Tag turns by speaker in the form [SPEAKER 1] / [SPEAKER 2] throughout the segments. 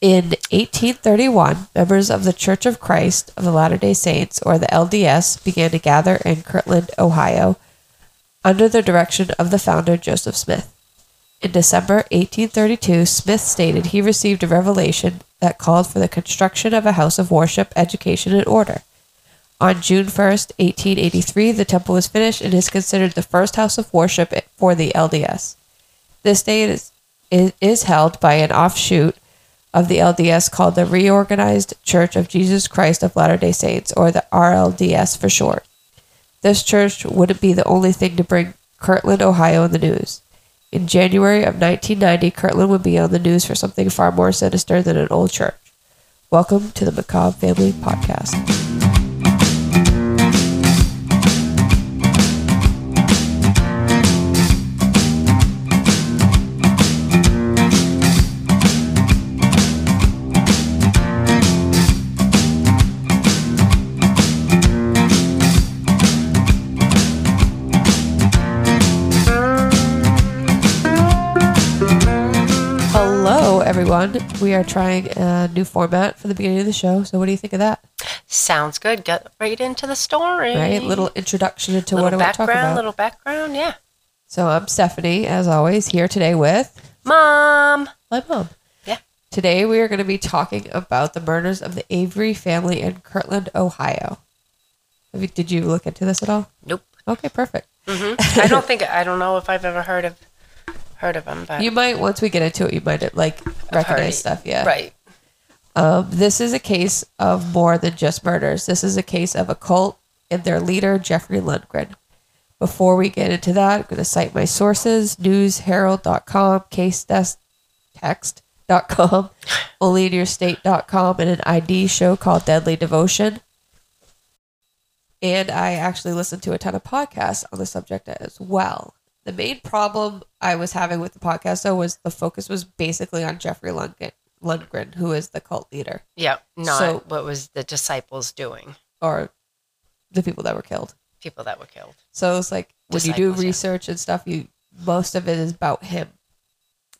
[SPEAKER 1] In 1831, members of the Church of Christ of the Latter day Saints, or the LDS, began to gather in Kirtland, Ohio, under the direction of the founder Joseph Smith. In December 1832, Smith stated he received a revelation that called for the construction of a house of worship, education, and order. On June 1st, 1883, the temple was finished and is considered the first house of worship for the LDS. This day it is, it is held by an offshoot of the LDS called the Reorganized Church of Jesus Christ of Latter day Saints, or the RLDS for short. This church wouldn't be the only thing to bring Kirtland, Ohio, in the news. In January of 1990, Kirtland would be on the news for something far more sinister than an old church. Welcome to the Macabre Family Podcast. Hello, everyone. We are trying a new format for the beginning of the show. So, what do you think of that?
[SPEAKER 2] Sounds good. Get right into the story.
[SPEAKER 1] Right? Little introduction into
[SPEAKER 2] Little
[SPEAKER 1] what I want to talk
[SPEAKER 2] background,
[SPEAKER 1] about.
[SPEAKER 2] little background. Yeah.
[SPEAKER 1] So, I'm Stephanie, as always, here today with
[SPEAKER 2] Mom.
[SPEAKER 1] my mom.
[SPEAKER 2] Yeah.
[SPEAKER 1] Today, we are going to be talking about the murders of the Avery family in Kirtland, Ohio. Have you- Did you look into this at all?
[SPEAKER 2] Nope.
[SPEAKER 1] Okay, perfect.
[SPEAKER 2] hmm I don't think I don't know if I've ever heard of heard of them, but
[SPEAKER 1] You might, once we get into it, you might like
[SPEAKER 2] heard it.
[SPEAKER 1] recognize stuff. Yeah.
[SPEAKER 2] right.
[SPEAKER 1] Um, this is a case of more than just murders. This is a case of a cult and their leader, Jeffrey Lundgren. Before we get into that, I'm going to cite my sources newsherald.com, case desk text.com, onlyinyourstate.com, and an ID show called Deadly Devotion. And I actually listened to a ton of podcasts on the subject as well. The main problem I was having with the podcast, though, was the focus was basically on Jeffrey Lundgren, Lundgren who is the cult leader
[SPEAKER 2] Yeah. Not
[SPEAKER 1] So-
[SPEAKER 2] what was the disciples doing?
[SPEAKER 1] or the people that were killed.
[SPEAKER 2] People that were killed.
[SPEAKER 1] So it's like when you do
[SPEAKER 2] Disciples, yeah.
[SPEAKER 1] research and stuff, you most of it is about him.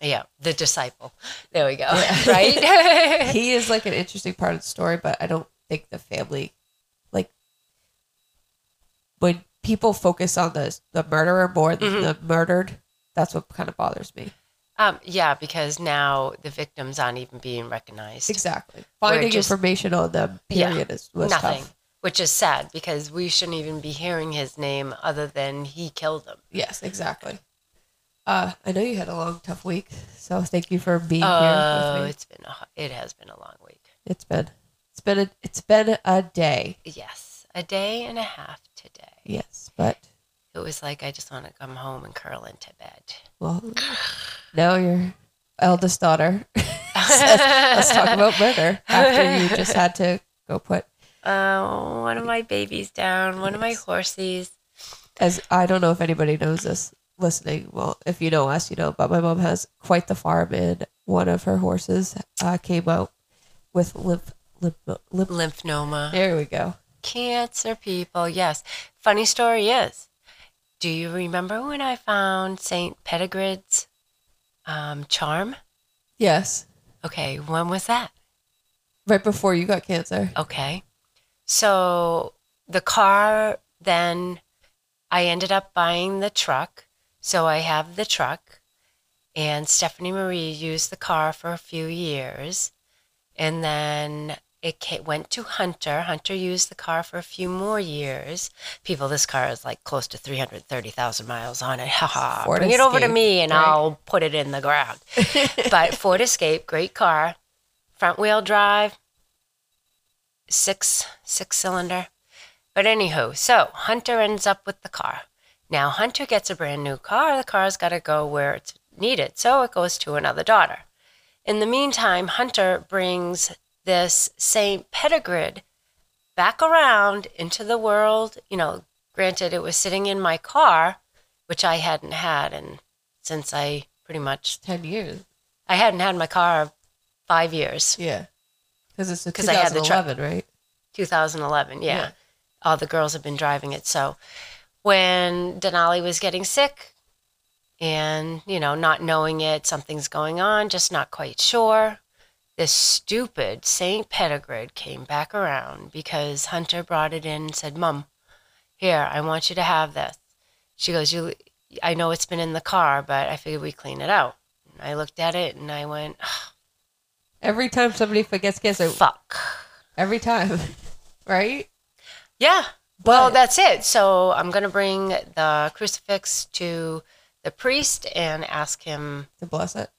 [SPEAKER 2] Yeah. The disciple. There we go.
[SPEAKER 1] Yeah.
[SPEAKER 2] right.
[SPEAKER 1] he is like an interesting part of the story, but I don't think the family, like, when people focus on the the murderer more than
[SPEAKER 2] Mhm.
[SPEAKER 1] the murdered, that's what kind of bothers me.
[SPEAKER 2] um, yeah, because now the victims aren't even being recognized.
[SPEAKER 1] Exactly, finding
[SPEAKER 2] just-
[SPEAKER 1] information on them
[SPEAKER 2] Yeah,
[SPEAKER 1] period is was
[SPEAKER 2] Nothing.
[SPEAKER 1] tough.
[SPEAKER 2] Which is sad because we shouldn't even be hearing his name other than he killed them.
[SPEAKER 1] Yes, exactly. Uh, I know you had a long, tough week, so thank you for being here
[SPEAKER 2] Oh,
[SPEAKER 1] with me.
[SPEAKER 2] it's been a, h- it has been a long week.
[SPEAKER 1] It's been, it's been a, it's been a day.
[SPEAKER 2] Yes, a day and a half today.
[SPEAKER 1] Yes, but
[SPEAKER 2] It was like I just want to come home and curl into bed.
[SPEAKER 1] well, now your eldest daughter says, let's talk about murder after you just had to go put
[SPEAKER 2] Oh, one of my babies down, one of my
[SPEAKER 1] Yes.
[SPEAKER 2] horsies.
[SPEAKER 1] as i don't know if anybody knows this listening well if you know us you know but my mom has quite the farm and one of her horses uh, came out with lymph lymph, lymph
[SPEAKER 2] Lymphoma.
[SPEAKER 1] there we go
[SPEAKER 2] Cancer people, yes. Funny story is, do you remember when I found St. Pettigread's um, charm?
[SPEAKER 1] yes
[SPEAKER 2] Okay, when was that?
[SPEAKER 1] right before you got cancer
[SPEAKER 2] Okay. So the car, then I ended up buying the truck. So I have the truck. And Stephanie Marie used the car for a few years. And then it ca- went to Hunter. Hunter used the car for a few more years. People, this car is like close to 330,000 miles on it. Ha ha.
[SPEAKER 1] Ford
[SPEAKER 2] Bring it over to
[SPEAKER 1] Escape,
[SPEAKER 2] me and
[SPEAKER 1] right?
[SPEAKER 2] I'll put it in the ground. but Ford Escape, great car, front wheel drive, six six cylinder. But anywho, so Hunter ends up with the car. Now Hunter gets a brand new car. The car's got to go where it's needed, so it goes to another daughter. In the meantime, Hunter brings this Saint Pettigrid back around into the world. You know, granted, it was sitting in my car, which I hadn't had, and since I pretty much
[SPEAKER 1] 10 years
[SPEAKER 2] I hadn't had my car five years.
[SPEAKER 1] yeah because it's a
[SPEAKER 2] 'Cause I had the truck.
[SPEAKER 1] 2011 right
[SPEAKER 2] 2011, yeah.
[SPEAKER 1] Yeah.
[SPEAKER 2] All the girls have been driving it. So when Denali was getting sick and, you know, not knowing it, something's going on, just not quite sure, This stupid St. Pettigrid came back around because Hunter brought it in and said, Mum, here, I want you to have this. She goes, You I know it's been in the car, but I figured we clean it out. And I looked at it and I went,
[SPEAKER 1] Every time somebody forgets queso,
[SPEAKER 2] fuck.
[SPEAKER 1] every time, right?
[SPEAKER 2] Yeah.
[SPEAKER 1] But-
[SPEAKER 2] well, that's it. So I'm going to bring the crucifix to the priest and ask him
[SPEAKER 1] To bless it.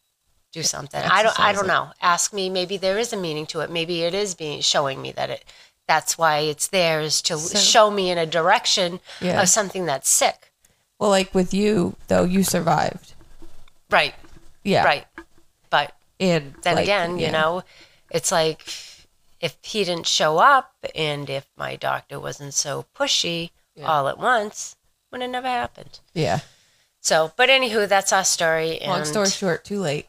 [SPEAKER 2] do something. I don't I
[SPEAKER 1] Exercise
[SPEAKER 2] don't
[SPEAKER 1] it.
[SPEAKER 2] know. Ask me maybe there is a meaning to it. Maybe it is being showing me that it that's why it's there is to
[SPEAKER 1] So-
[SPEAKER 2] show me in a direction
[SPEAKER 1] Yeah.
[SPEAKER 2] of something that's sick.
[SPEAKER 1] Well, like with you though, you survived.
[SPEAKER 2] Right.
[SPEAKER 1] Yeah.
[SPEAKER 2] Right. But
[SPEAKER 1] And
[SPEAKER 2] then
[SPEAKER 1] like,
[SPEAKER 2] again,
[SPEAKER 1] yeah.
[SPEAKER 2] you know, it's like if he didn't show up and if my doctor wasn't so pushy
[SPEAKER 1] Yeah.
[SPEAKER 2] all at once, would have never happened.
[SPEAKER 1] Yeah.
[SPEAKER 2] So, but anywho, that's our story. And
[SPEAKER 1] Long story short, too late.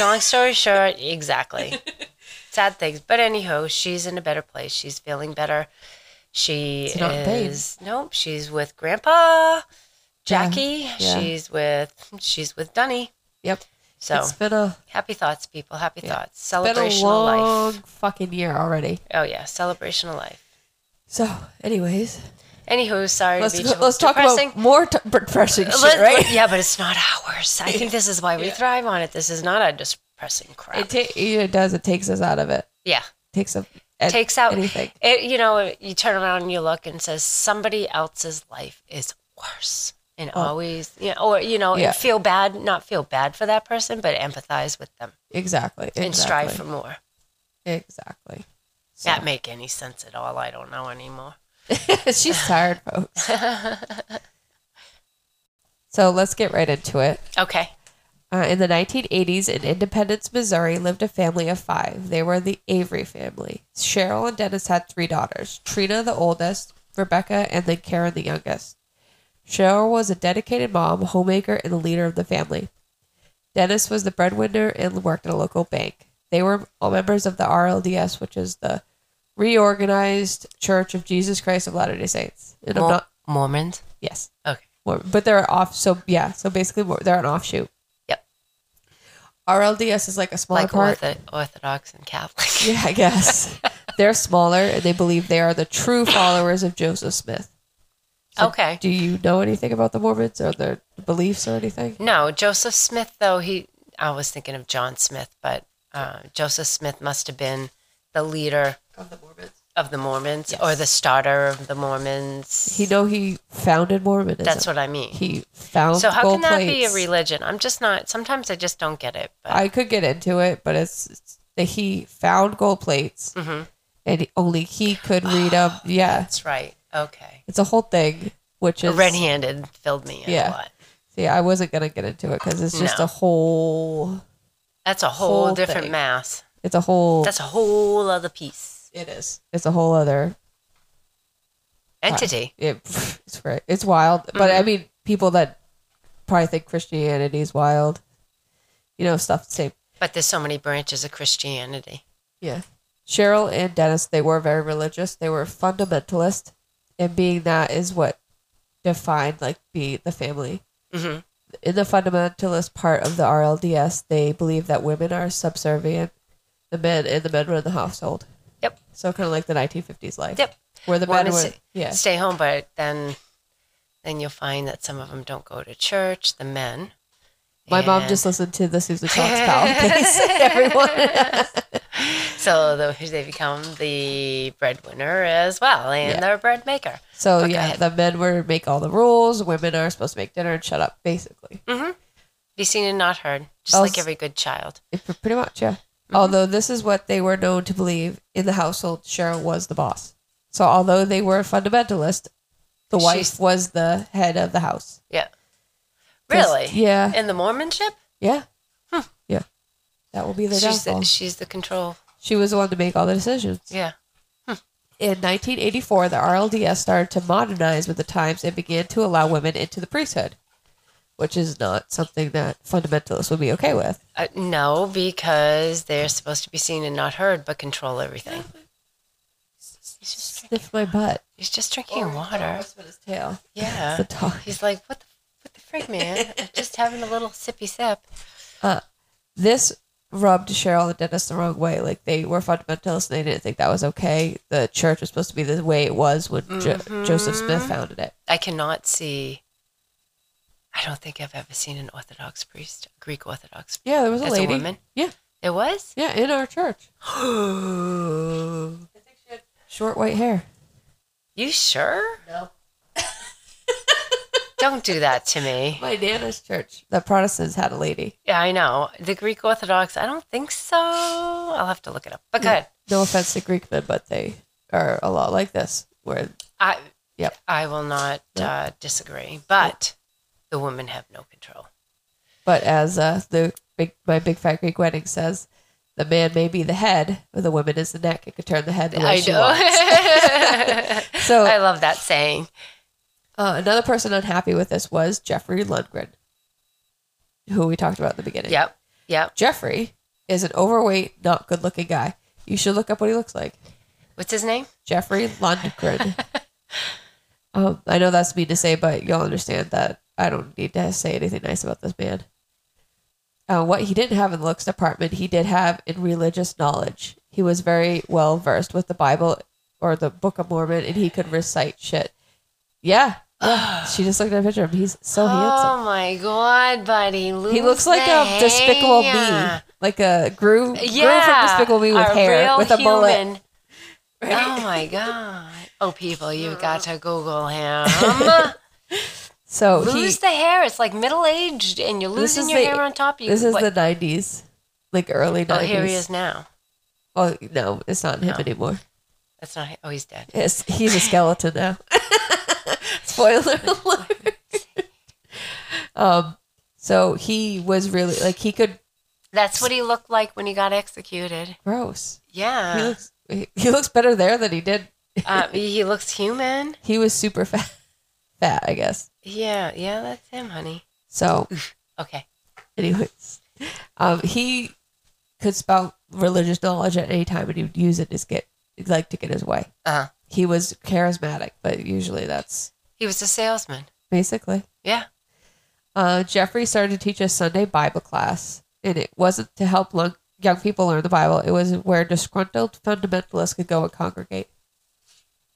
[SPEAKER 2] long story short, exactly. Sad things, but anyhow, she's in a better place. She's feeling better. She
[SPEAKER 1] She's not in pain.
[SPEAKER 2] is nope. She's with Grandpa Jackie.
[SPEAKER 1] yeah.
[SPEAKER 2] She's with she's with Dunny.
[SPEAKER 1] Yep.
[SPEAKER 2] So
[SPEAKER 1] It's been a
[SPEAKER 2] happy thoughts, people. Happy thoughts.
[SPEAKER 1] been a
[SPEAKER 2] Celebration of life.
[SPEAKER 1] long fucking year already.
[SPEAKER 2] Oh yeah, celebration of life.
[SPEAKER 1] So, anyways,
[SPEAKER 2] Anywho, sorry
[SPEAKER 1] let's
[SPEAKER 2] to be
[SPEAKER 1] let's talk
[SPEAKER 2] depressing.
[SPEAKER 1] about more t- depressing shit,
[SPEAKER 2] Let-
[SPEAKER 1] right?
[SPEAKER 2] Yeah, but it's not ours. I think this is why we thrive on it. This is not a depressing crap.
[SPEAKER 1] It, ta- it does. It takes us out of it.
[SPEAKER 2] yeah,
[SPEAKER 1] Takes up
[SPEAKER 2] takes out.
[SPEAKER 1] anything.
[SPEAKER 2] It, you know, you turn around and you look and says somebody else's life is worse, and always, you know, or you know,
[SPEAKER 1] Oh. Yeah.
[SPEAKER 2] and feel bad, not feel bad for that person, but empathize with them
[SPEAKER 1] Exactly. Exactly.
[SPEAKER 2] and strive for more.
[SPEAKER 1] exactly. So-
[SPEAKER 2] That make any sense at all? I don't know anymore.
[SPEAKER 1] She's tired, folks. so let's get right into it.
[SPEAKER 2] Okay.
[SPEAKER 1] Uh, in the 1980s, in Independence, Missouri, lived a family of five. They were the Avery family. Cheryl and Dennis had three daughters Trina, the oldest, Rebecca, and then Karen, the youngest. Cheryl was a dedicated mom, homemaker, and the leader of the family. Dennis was the breadwinner and worked at a local bank. They were all members of the RLDS, which is the Reorganized Church of Jesus Christ of Latter day Saints. And I'm
[SPEAKER 2] Mor-
[SPEAKER 1] not,
[SPEAKER 2] Mormons.
[SPEAKER 1] yes.
[SPEAKER 2] Okay.
[SPEAKER 1] Mormon. But they're off. So yeah. So basically, Mor- they're an offshoot.
[SPEAKER 2] Yep.
[SPEAKER 1] RLDS is like a smaller
[SPEAKER 2] like
[SPEAKER 1] part.
[SPEAKER 2] Ortho- Orthodox and Catholic.
[SPEAKER 1] Yeah, I guess they're smaller, and they believe they are the true followers of Joseph Smith. So
[SPEAKER 2] okay.
[SPEAKER 1] Do you know anything about the Mormons or their beliefs or anything?
[SPEAKER 2] No, Joseph Smith though he I was thinking of John Smith, but uh, Joseph Smith must have been the leader
[SPEAKER 1] Of the Mormons,
[SPEAKER 2] of the Mormons or the starter of the Mormons.
[SPEAKER 1] he know he founded Mormonism.
[SPEAKER 2] That's what I mean.
[SPEAKER 1] he found.
[SPEAKER 2] so how
[SPEAKER 1] gold
[SPEAKER 2] can that be a
[SPEAKER 1] plates.
[SPEAKER 2] religion? I'm just not. Sometimes I just don't get it. But
[SPEAKER 1] I could get into it, but it's, it's that he found gold plates,
[SPEAKER 2] Mhm.
[SPEAKER 1] and only he could read them. Yeah,
[SPEAKER 2] that's right. Okay.
[SPEAKER 1] it's a whole thing, which is
[SPEAKER 2] Red-handed filled me in
[SPEAKER 1] Yeah.
[SPEAKER 2] a lot.
[SPEAKER 1] See, I wasn't gonna get into it because it's just
[SPEAKER 2] No.
[SPEAKER 1] a whole.
[SPEAKER 2] That's a whole,
[SPEAKER 1] Whole
[SPEAKER 2] different
[SPEAKER 1] thing.
[SPEAKER 2] mass.
[SPEAKER 1] It's a whole.
[SPEAKER 2] That's a whole other piece
[SPEAKER 1] it is. It's a whole other
[SPEAKER 2] entity.
[SPEAKER 1] it, it's fri- it's wild. But
[SPEAKER 2] Mm-hmm.
[SPEAKER 1] I mean, people that probably think Christianity is wild, you know, stuff the same.
[SPEAKER 2] But there's so many branches of Christianity.
[SPEAKER 1] Yeah. Cheryl and Dennis, they were very religious. They were fundamentalist, and being that is what defined like be the family.
[SPEAKER 2] hmm
[SPEAKER 1] in the fundamentalist part of the RLDS, they believe that women are subservient, the men and the men run the household.
[SPEAKER 2] Yep.
[SPEAKER 1] So kind of like the 1950s life.
[SPEAKER 2] Yep.
[SPEAKER 1] Where the
[SPEAKER 2] Wanna
[SPEAKER 1] men were,
[SPEAKER 2] s-
[SPEAKER 1] yeah,
[SPEAKER 2] stay home, but then then you'll find that some of them don't go to church. The men.
[SPEAKER 1] my mom
[SPEAKER 2] And
[SPEAKER 1] just listened to the Susan Talks podcast. Everyone,
[SPEAKER 2] so the, they become the breadwinner as well, and
[SPEAKER 1] Yeah.
[SPEAKER 2] they're a bread maker.
[SPEAKER 1] so
[SPEAKER 2] Okay.
[SPEAKER 1] yeah, the men were make all the rules. Women are supposed to make dinner and shut up, basically.
[SPEAKER 2] Be seen and not heard, just
[SPEAKER 1] I'll Oh,
[SPEAKER 2] like
[SPEAKER 1] s-
[SPEAKER 2] every good child.
[SPEAKER 1] It- pretty much, yeah.
[SPEAKER 2] Mm-hmm.
[SPEAKER 1] Although this is what they were known to believe in the household, Cheryl was the boss. So although they were fundamentalist, the wife
[SPEAKER 2] She's-
[SPEAKER 1] was the head of the house.
[SPEAKER 2] Yeah.
[SPEAKER 1] 'Cause-
[SPEAKER 2] Really?
[SPEAKER 1] Yeah.
[SPEAKER 2] In the Mormonship,
[SPEAKER 1] Yeah. Yeah. That will be the
[SPEAKER 2] she's
[SPEAKER 1] downfall.
[SPEAKER 2] the, she's the control.
[SPEAKER 1] she was the one to make all the decisions.
[SPEAKER 2] Yeah.
[SPEAKER 1] In 1984, the RLDS started to modernize with the times and began to allow women into the priesthood, which is not something that fundamentalists would be okay with.
[SPEAKER 2] Uh, no, because they're supposed to be seen and not heard, but control everything. He's just,
[SPEAKER 1] Sniff my butt.
[SPEAKER 2] he's just drinking water.
[SPEAKER 1] That's what his tail.
[SPEAKER 2] Yeah.
[SPEAKER 1] The dog.
[SPEAKER 2] He's like, what the, what the frig, man? I'm just having a little sippy sip.
[SPEAKER 1] This rubbed Cheryl and Dennis the wrong way. Like they were fundamentalists and they didn't think that was okay. The church was supposed to be the way it was when jo- Joseph Smith founded it.
[SPEAKER 2] I cannot see. I don't think I've ever seen an Orthodox priest, Greek Orthodox.
[SPEAKER 1] Yeah, there was a
[SPEAKER 2] As a
[SPEAKER 1] lady.
[SPEAKER 2] woman?
[SPEAKER 1] Yeah,
[SPEAKER 2] There was.
[SPEAKER 1] yeah, in our church. I think she had short white hair.
[SPEAKER 2] you sure?
[SPEAKER 1] No.
[SPEAKER 2] Don't do that to me.
[SPEAKER 1] My nana's church, the Protestants had a lady.
[SPEAKER 2] Yeah, I know. The Greek Orthodox, I don't think so. I'll have to look it up. But good.
[SPEAKER 1] No offense to Greek men, but they are a lot like this. Where
[SPEAKER 2] I
[SPEAKER 1] Yep.
[SPEAKER 2] I will not
[SPEAKER 1] Yep.
[SPEAKER 2] uh, disagree. But the women have no control.
[SPEAKER 1] But as uh, the big, my big fat Greek wedding says, the man may be the head, but the woman is the neck. It could turn the head the way
[SPEAKER 2] I
[SPEAKER 1] she Oh. wants.
[SPEAKER 2] know.
[SPEAKER 1] So
[SPEAKER 2] I love that saying.
[SPEAKER 1] uh, another person unhappy with this was Jeffrey Lundgren, who we talked about in the beginning.
[SPEAKER 2] Yep. Yep.
[SPEAKER 1] Jeffrey is an overweight, not good-looking guy. You should look up what he looks like.
[SPEAKER 2] What's his name?
[SPEAKER 1] Jeffrey Lundgren. um, I know that's mean to say, but you'll understand that I don't need to say anything nice about this man. Uh, what he didn't have in the looks department, he did have in religious knowledge. He was very well versed with the Bible or the Book of Mormon, and he could recite shit. Yeah, yeah. she just looked at a picture of him. He's so handsome.
[SPEAKER 2] Oh my god, buddy.
[SPEAKER 1] He looks like a Despicable Me, like a Gru, Gru from Despicable Me with
[SPEAKER 2] a
[SPEAKER 1] hair,
[SPEAKER 2] real
[SPEAKER 1] with a mullet.
[SPEAKER 2] human. Oh my god. Oh people, you've got to Google him.
[SPEAKER 1] So
[SPEAKER 2] Lose
[SPEAKER 1] Oh, he,
[SPEAKER 2] the hair. It's like middle aged and you're
[SPEAKER 1] This
[SPEAKER 2] losing
[SPEAKER 1] is
[SPEAKER 2] your
[SPEAKER 1] the-
[SPEAKER 2] hair on top. You
[SPEAKER 1] this is
[SPEAKER 2] what-
[SPEAKER 1] the '90s, like early
[SPEAKER 2] Oh,
[SPEAKER 1] '90s.
[SPEAKER 2] here he is now.
[SPEAKER 1] Well, no, it's not him
[SPEAKER 2] No.
[SPEAKER 1] anymore.
[SPEAKER 2] That's not oh he's dead.
[SPEAKER 1] It's, he's a skeleton now. Spoiler alert. um, so he was really like he could
[SPEAKER 2] That's what he looked like when he got executed.
[SPEAKER 1] gross. He
[SPEAKER 2] Yeah.
[SPEAKER 1] looks he, he looks better there than he did.
[SPEAKER 2] Uh, he looks human.
[SPEAKER 1] He was super fat, fat I guess.
[SPEAKER 2] Yeah, yeah, that's him, honey.
[SPEAKER 1] So
[SPEAKER 2] Okay.
[SPEAKER 1] Anyways, um, he could spout religious knowledge at any time, and he would use it to get like to get his way.
[SPEAKER 2] Uh-huh.
[SPEAKER 1] He was charismatic, but usually that's
[SPEAKER 2] He was a salesman.
[SPEAKER 1] basically.
[SPEAKER 2] Yeah.
[SPEAKER 1] Uh, Jeffrey started to teach a Sunday Bible class, and it wasn't to help lung- young people learn the Bible. It was where disgruntled fundamentalists could go and congregate.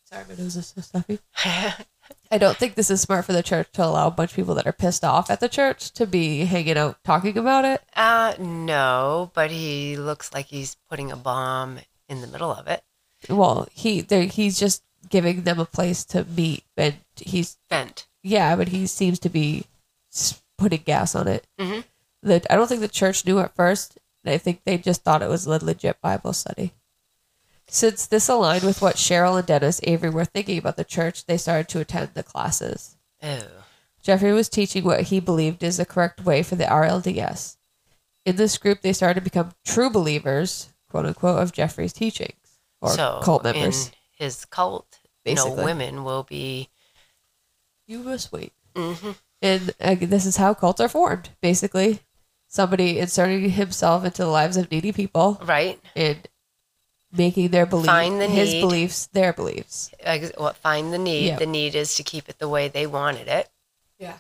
[SPEAKER 1] Sorry, my nose is so stuffy. I don't think this is smart for the church to allow a bunch of people that are pissed off at the church to be hanging out talking about it.
[SPEAKER 2] uh no, but he looks like he's putting a bomb in the middle of it.
[SPEAKER 1] well he there he's just giving them a place to meet and he's
[SPEAKER 2] Bent.
[SPEAKER 1] yeah but he seems to be s- putting gas on it
[SPEAKER 2] Mhm.
[SPEAKER 1] the, i don't think the church knew at first and i think they just thought it was a legit bible study since this aligned with what cheryl and dennis avery were thinking about the church they started to attend the classes
[SPEAKER 2] Oh.
[SPEAKER 1] Jeffrey was teaching what he believed is the correct way for the RLDS. In this group, they started to become true believers, quote unquote, of Jeffrey's teachings or
[SPEAKER 2] so
[SPEAKER 1] cult members.
[SPEAKER 2] in his cult,
[SPEAKER 1] Basically.
[SPEAKER 2] no women will be
[SPEAKER 1] you must wait.
[SPEAKER 2] hmm
[SPEAKER 1] And uh, this is how cults are formed, basically. Somebody inserting himself into the lives of needy people
[SPEAKER 2] right.
[SPEAKER 1] and making their beliefs,
[SPEAKER 2] Find the
[SPEAKER 1] his
[SPEAKER 2] need.
[SPEAKER 1] beliefs, their beliefs.
[SPEAKER 2] Ex- what find the need.
[SPEAKER 1] Yeah.
[SPEAKER 2] The need is to keep it the way they wanted it.
[SPEAKER 1] Yeah.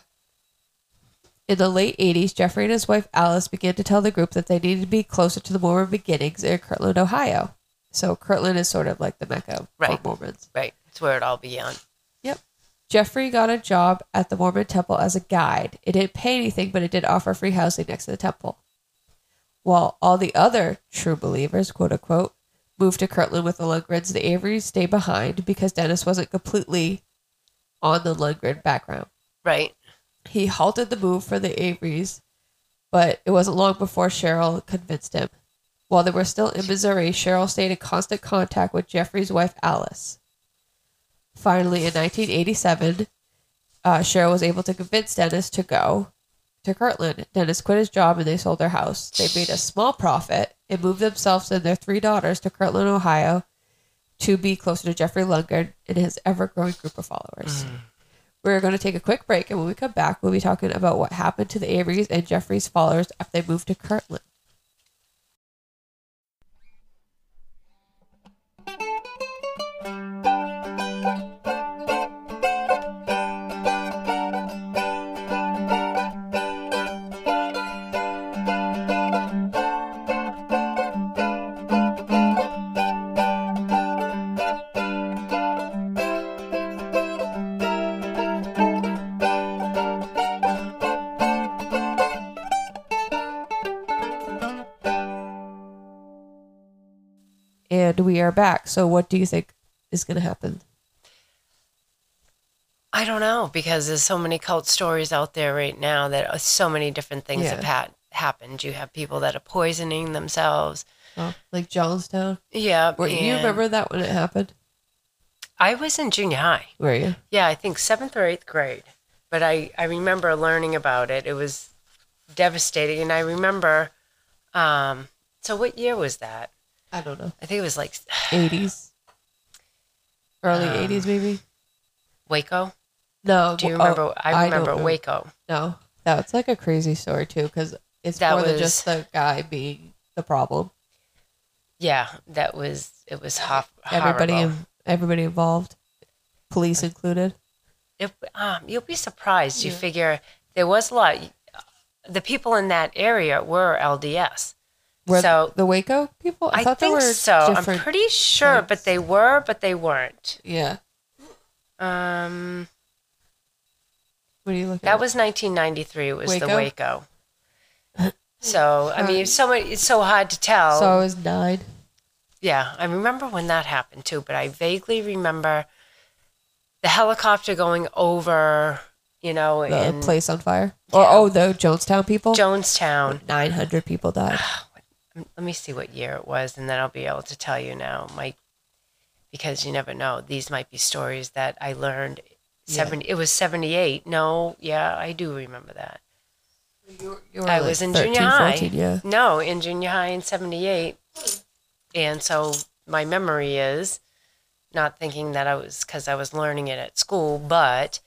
[SPEAKER 1] In the late 80s, Jeffrey and his wife Alice began to tell the group that they needed to be closer to the Mormon beginnings in Kirtland, Ohio. So Kirtland is sort of like the Mecca
[SPEAKER 2] Right.
[SPEAKER 1] for Mormons.
[SPEAKER 2] Right. It's where it all began.
[SPEAKER 1] Jeffrey got a job at the Mormon temple as a guide. It didn't pay anything, but it did offer free housing next to the temple. While all the other true believers, quote unquote, moved to Kirtland with the Lundgrens, the Averys stayed behind because Dennis wasn't completely on the Lundgren background.
[SPEAKER 2] Right.
[SPEAKER 1] He halted the move for the Averys, but it wasn't long before Cheryl convinced him. While they were still in Missouri, Cheryl stayed in constant contact with Jeffrey's wife, Alice. Finally, in 1987, uh, Cheryl was able to convince Dennis to go to Kirtland. Dennis quit his job and they sold their house. They made a small profit and moved themselves and their three daughters to Kirtland, Ohio to be closer to Jeffrey Lundgren and his ever growing group of followers. We're going to take a quick break, and when we come back, we'll be talking about what happened to the Averys and Jeffrey's followers after they moved to Kirtland. and we are back. So, what do you think is going to happen?
[SPEAKER 2] I don't know because there's so many cult stories out there right now that are so many different things
[SPEAKER 1] Yeah.
[SPEAKER 2] have had, happened. You have people that are poisoning themselves.
[SPEAKER 1] Well, like Johnstown,
[SPEAKER 2] Yeah.
[SPEAKER 1] were you
[SPEAKER 2] and
[SPEAKER 1] remember that when it happened?
[SPEAKER 2] I was in junior high.
[SPEAKER 1] Were you?
[SPEAKER 2] Yeah, I think seventh or eighth grade. But I, I remember learning about it. It was devastating. And I remember, um, so what year was that?
[SPEAKER 1] I don't know.
[SPEAKER 2] I think it was like
[SPEAKER 1] Eighties, early
[SPEAKER 2] Um,
[SPEAKER 1] eighties, maybe.
[SPEAKER 2] Waco.
[SPEAKER 1] Uh, No,
[SPEAKER 2] Do you
[SPEAKER 1] oh,
[SPEAKER 2] remember?
[SPEAKER 1] I
[SPEAKER 2] I
[SPEAKER 1] don't
[SPEAKER 2] remember
[SPEAKER 1] know.
[SPEAKER 2] Waco.
[SPEAKER 1] No, that's like a crazy story too, because it's
[SPEAKER 2] That
[SPEAKER 1] more than
[SPEAKER 2] was-
[SPEAKER 1] just the guy being the problem.
[SPEAKER 2] Yeah, that was, it was hof-
[SPEAKER 1] Everybody,
[SPEAKER 2] horrible.
[SPEAKER 1] in, everybody involved, police included.
[SPEAKER 2] it, um, you'll be surprised. You
[SPEAKER 1] Yeah.
[SPEAKER 2] figure there was a lot. The people in that area were LDS.
[SPEAKER 1] Were
[SPEAKER 2] So-
[SPEAKER 1] the Waco people? I,
[SPEAKER 2] I,
[SPEAKER 1] thought
[SPEAKER 2] think
[SPEAKER 1] they were
[SPEAKER 2] so.
[SPEAKER 1] different.
[SPEAKER 2] I'm pretty sure,
[SPEAKER 1] types.
[SPEAKER 2] but they were, but they weren't.
[SPEAKER 1] yeah.
[SPEAKER 2] Um,
[SPEAKER 1] What are you looking?
[SPEAKER 2] that
[SPEAKER 1] at?
[SPEAKER 2] was 1993. Was the
[SPEAKER 1] Waco?
[SPEAKER 2] Waco? So I mean,
[SPEAKER 1] Um,
[SPEAKER 2] it's so much, it's so hard to tell.
[SPEAKER 1] so I was nine.
[SPEAKER 2] yeah, I remember when that happened too, but I vaguely remember the helicopter going over. You know,
[SPEAKER 1] The
[SPEAKER 2] in
[SPEAKER 1] place on fire, or oh, the Jonestown people.
[SPEAKER 2] Jonestown.
[SPEAKER 1] Nine hundred people died.
[SPEAKER 2] let me see what year it was and then I'll be able to tell you now Mike because you never know these might be stories that I learned
[SPEAKER 1] Yeah.
[SPEAKER 2] 70 it was 78 no yeah I do remember that I was in junior
[SPEAKER 1] 13,
[SPEAKER 2] high.
[SPEAKER 1] 14, yeah.
[SPEAKER 2] no in junior high in 78 and so my memory is not thinking that I was cuz I was learning it at school but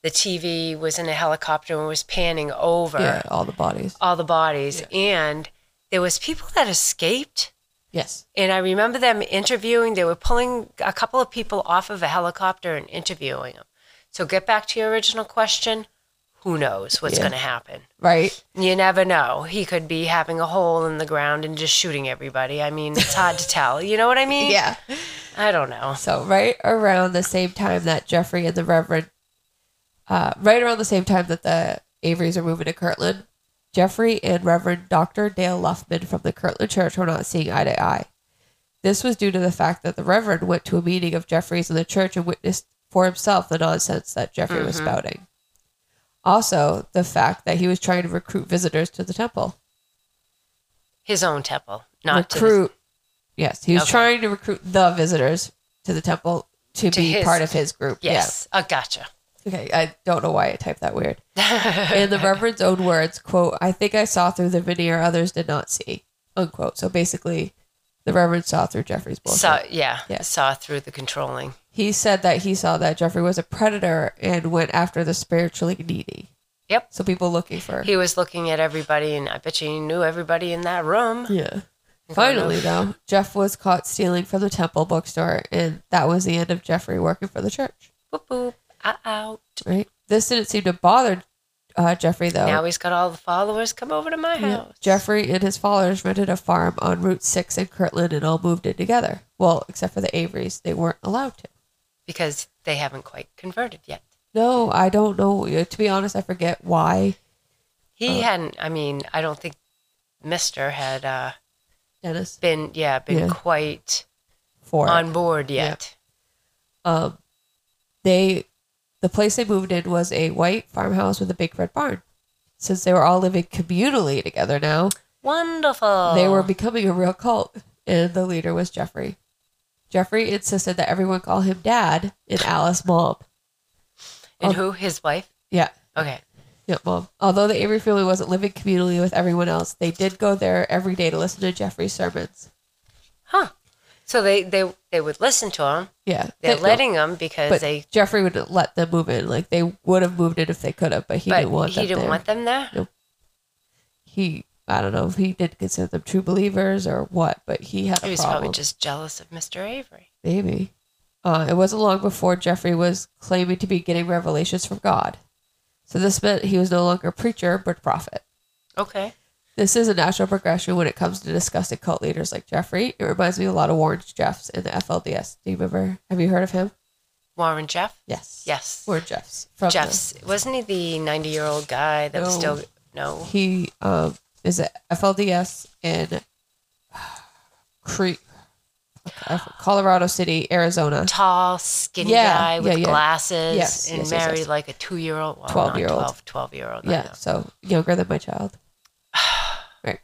[SPEAKER 2] the TV was in a helicopter and was panning over
[SPEAKER 1] Yeah, all the bodies.
[SPEAKER 2] all the bodies and there was people that escaped
[SPEAKER 1] Yes.
[SPEAKER 2] and I remember them interviewing. They were pulling a couple of people off of a helicopter and interviewing them. So get back to your original question. Who knows what's
[SPEAKER 1] Yeah.
[SPEAKER 2] going to happen?
[SPEAKER 1] Right.
[SPEAKER 2] You never know. He could be having a hole in the ground and just shooting everybody. I mean, it's hard to tell. You know what I mean?
[SPEAKER 1] Yeah.
[SPEAKER 2] I don't know.
[SPEAKER 1] So right around the same time that Jeffrey and the Reverend, uh, right around the same time that the Averys are moving to Kirtland, Jeffrey and Reverend Dr. Dale Luffman from the Kirtland Church were not seeing eye to eye. This was due to the fact that the Reverend went to a meeting of Jeffrey's in the church and witnessed for himself the nonsense that Jeffrey was spouting. Also, the fact that he was trying to recruit visitors to the temple.
[SPEAKER 2] His own temple, not to the-
[SPEAKER 1] recruit. yes, he was
[SPEAKER 2] Okay.
[SPEAKER 1] trying to recruit the visitors to the temple to,
[SPEAKER 2] To
[SPEAKER 1] be
[SPEAKER 2] his-
[SPEAKER 1] part of his group. Yeah.
[SPEAKER 2] yes. Oh, gotcha.
[SPEAKER 1] Okay, I don't know why I typed that weird. In the Reverend's own words, quote, I think I saw through the veneer others did not see, unquote. So basically, the Reverend saw through Jeffrey's bullshit.
[SPEAKER 2] Saw, yeah,
[SPEAKER 1] Yeah.
[SPEAKER 2] Saw through the controlling.
[SPEAKER 1] he said that he saw that Jeffrey was a predator and went after the spiritually needy.
[SPEAKER 2] Yep.
[SPEAKER 1] So people looking for.
[SPEAKER 2] He was looking at everybody, and I bet you he knew everybody in that room.
[SPEAKER 1] yeah. Finally, though, Jeff was caught stealing from the temple bookstore, and that was the end of Jeffrey working for the church.
[SPEAKER 2] Boop, boop. Uh, out.
[SPEAKER 1] Right? This didn't seem to bother uh, Jeffrey, though.
[SPEAKER 2] Now he's got all the followers. Come over to my
[SPEAKER 1] Yeah.
[SPEAKER 2] house.
[SPEAKER 1] Jeffrey and his followers rented a farm on Route 6 in Kirtland and all moved in together. Well, except for the Averys. They weren't allowed to.
[SPEAKER 2] Because they haven't quite converted yet.
[SPEAKER 1] No, I don't know. To be honest, I forget why Oh.
[SPEAKER 2] He hadn't, I mean, I don't think Mister had uh,
[SPEAKER 1] Dennis
[SPEAKER 2] been, yeah, been
[SPEAKER 1] Yeah.
[SPEAKER 2] quite
[SPEAKER 1] for it.
[SPEAKER 2] on board yet.
[SPEAKER 1] Um, they, the place they moved in was a white farmhouse with a big red barn. Since they were all living communally together now,
[SPEAKER 2] Wonderful.
[SPEAKER 1] they were becoming a real cult, and the leader was Jeffrey. Jeffrey insisted that everyone call him Dad and Alice Mom.
[SPEAKER 2] and who? His wife?
[SPEAKER 1] Yeah,
[SPEAKER 2] Okay.
[SPEAKER 1] Yeah, mom. Although the Avery family wasn't living communally with everyone else, they did go there every day to listen to Jeffrey's sermons.
[SPEAKER 2] Huh. So they, they, they would listen to him.
[SPEAKER 1] Yeah,
[SPEAKER 2] They're
[SPEAKER 1] They-
[SPEAKER 2] letting him because
[SPEAKER 1] but
[SPEAKER 2] they,
[SPEAKER 1] Jeffrey wouldn't let them move in. Like they would have moved in if they could have, but he
[SPEAKER 2] but
[SPEAKER 1] didn't want
[SPEAKER 2] he
[SPEAKER 1] them
[SPEAKER 2] didn't
[SPEAKER 1] there.
[SPEAKER 2] want them there.
[SPEAKER 1] he, I don't know if he didn't consider them true believers or what, but he had a
[SPEAKER 2] He was
[SPEAKER 1] problem.
[SPEAKER 2] probably just jealous of Mister Avery.
[SPEAKER 1] Maybe. Uh, it wasn't long before Jeffrey was claiming to be getting revelations from God. So this meant he was no longer a preacher but prophet.
[SPEAKER 2] Okay.
[SPEAKER 1] This is a natural progression when it comes to discussing cult leaders like Jeffrey. It reminds me a lot of Warren Jeffs in the FLDS. Do you remember? Have you heard of him?
[SPEAKER 2] Warren Jeff?
[SPEAKER 1] Yes.
[SPEAKER 2] Yes.
[SPEAKER 1] Warren Jeffs. From the-
[SPEAKER 2] Jeff's wasn't he the ninety year old guy that was
[SPEAKER 1] No.
[SPEAKER 2] still no
[SPEAKER 1] he uh, um, is at FLDS in Crete. Colorado City, Arizona.
[SPEAKER 2] Tall, skinny
[SPEAKER 1] Yeah,
[SPEAKER 2] guy with
[SPEAKER 1] yeah, yeah.
[SPEAKER 2] glasses
[SPEAKER 1] Yes,
[SPEAKER 2] and
[SPEAKER 1] yes, yes,
[SPEAKER 2] married
[SPEAKER 1] yes.
[SPEAKER 2] like a two year old. Well,
[SPEAKER 1] 12-year-old.
[SPEAKER 2] 12 year old.
[SPEAKER 1] Yeah, so younger than my child. Right.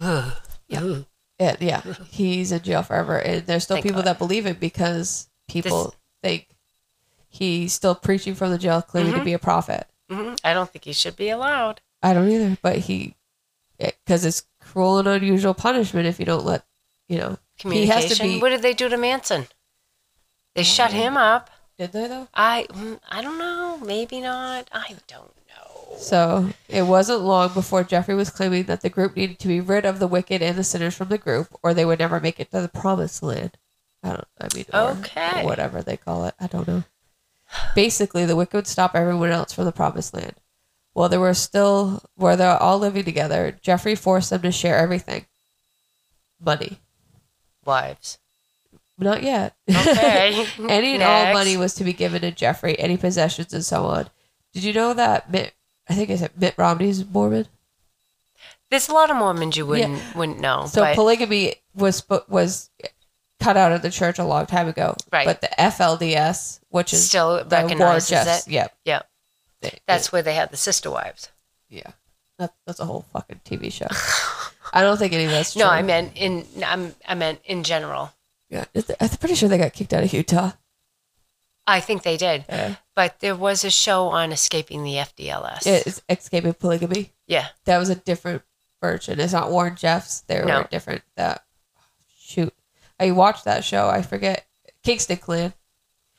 [SPEAKER 2] yeah.
[SPEAKER 1] Yeah, yeah. He's in jail forever, and there's still
[SPEAKER 2] Thank
[SPEAKER 1] people
[SPEAKER 2] God.
[SPEAKER 1] that believe it because people think he's still preaching from the jail, claiming
[SPEAKER 2] Mm-hmm.
[SPEAKER 1] to be a prophet.
[SPEAKER 2] hmm I don't think he should be allowed.
[SPEAKER 1] I don't either, but he, because it's cruel and unusual punishment if you don't let, you know, he
[SPEAKER 2] Communication.
[SPEAKER 1] has to be.
[SPEAKER 2] what did they do to Manson? They shut him up.
[SPEAKER 1] Did they though?
[SPEAKER 2] I mm, I don't know. Maybe not. I don't know.
[SPEAKER 1] So it wasn't long before Jeffrey was claiming that the group needed to be rid of the wicked and the sinners from the group, or they would never make it to the promised land. I don't. I mean, or-
[SPEAKER 2] Okay.
[SPEAKER 1] or whatever they call it. I don't know. Basically, the wicked would stop everyone else from the promised land. While they were still, where they're all living together, Jeffrey forced them to share everything. Money,
[SPEAKER 2] Wives.
[SPEAKER 1] not yet.
[SPEAKER 2] Okay.
[SPEAKER 1] Any and all
[SPEAKER 2] Next.
[SPEAKER 1] money was to be given to Jeffrey, any possessions and so on. Did you know that Mitt? I think I said Mitt Romney's Mormon.
[SPEAKER 2] There's a lot of Mormons you wouldn't wouldn't know.
[SPEAKER 1] So
[SPEAKER 2] but
[SPEAKER 1] polygamy was sp- was cut out of the church a long time ago.
[SPEAKER 2] Right.
[SPEAKER 1] But the FLDS, which is
[SPEAKER 2] Still
[SPEAKER 1] the
[SPEAKER 2] recognizes
[SPEAKER 1] war chest,
[SPEAKER 2] it?
[SPEAKER 1] Yep.
[SPEAKER 2] yeah,
[SPEAKER 1] They-
[SPEAKER 2] that's where they had the sister wives.
[SPEAKER 1] yeah. That, that's a whole fucking TV show. I don't think any of that's true.
[SPEAKER 2] No, I meant in I'm, I meant in general.
[SPEAKER 1] yeah, it's- I'm pretty sure they got kicked out of Utah.
[SPEAKER 2] I think they did.
[SPEAKER 1] Yeah.
[SPEAKER 2] But there was a show on escaping the FDLS.
[SPEAKER 1] It's escaping polygamy.
[SPEAKER 2] yeah.
[SPEAKER 1] That was a different version. It's not Warren Jeffs. They
[SPEAKER 2] No.
[SPEAKER 1] were different. That shoot, I watched that show. I forget Kingston Clan.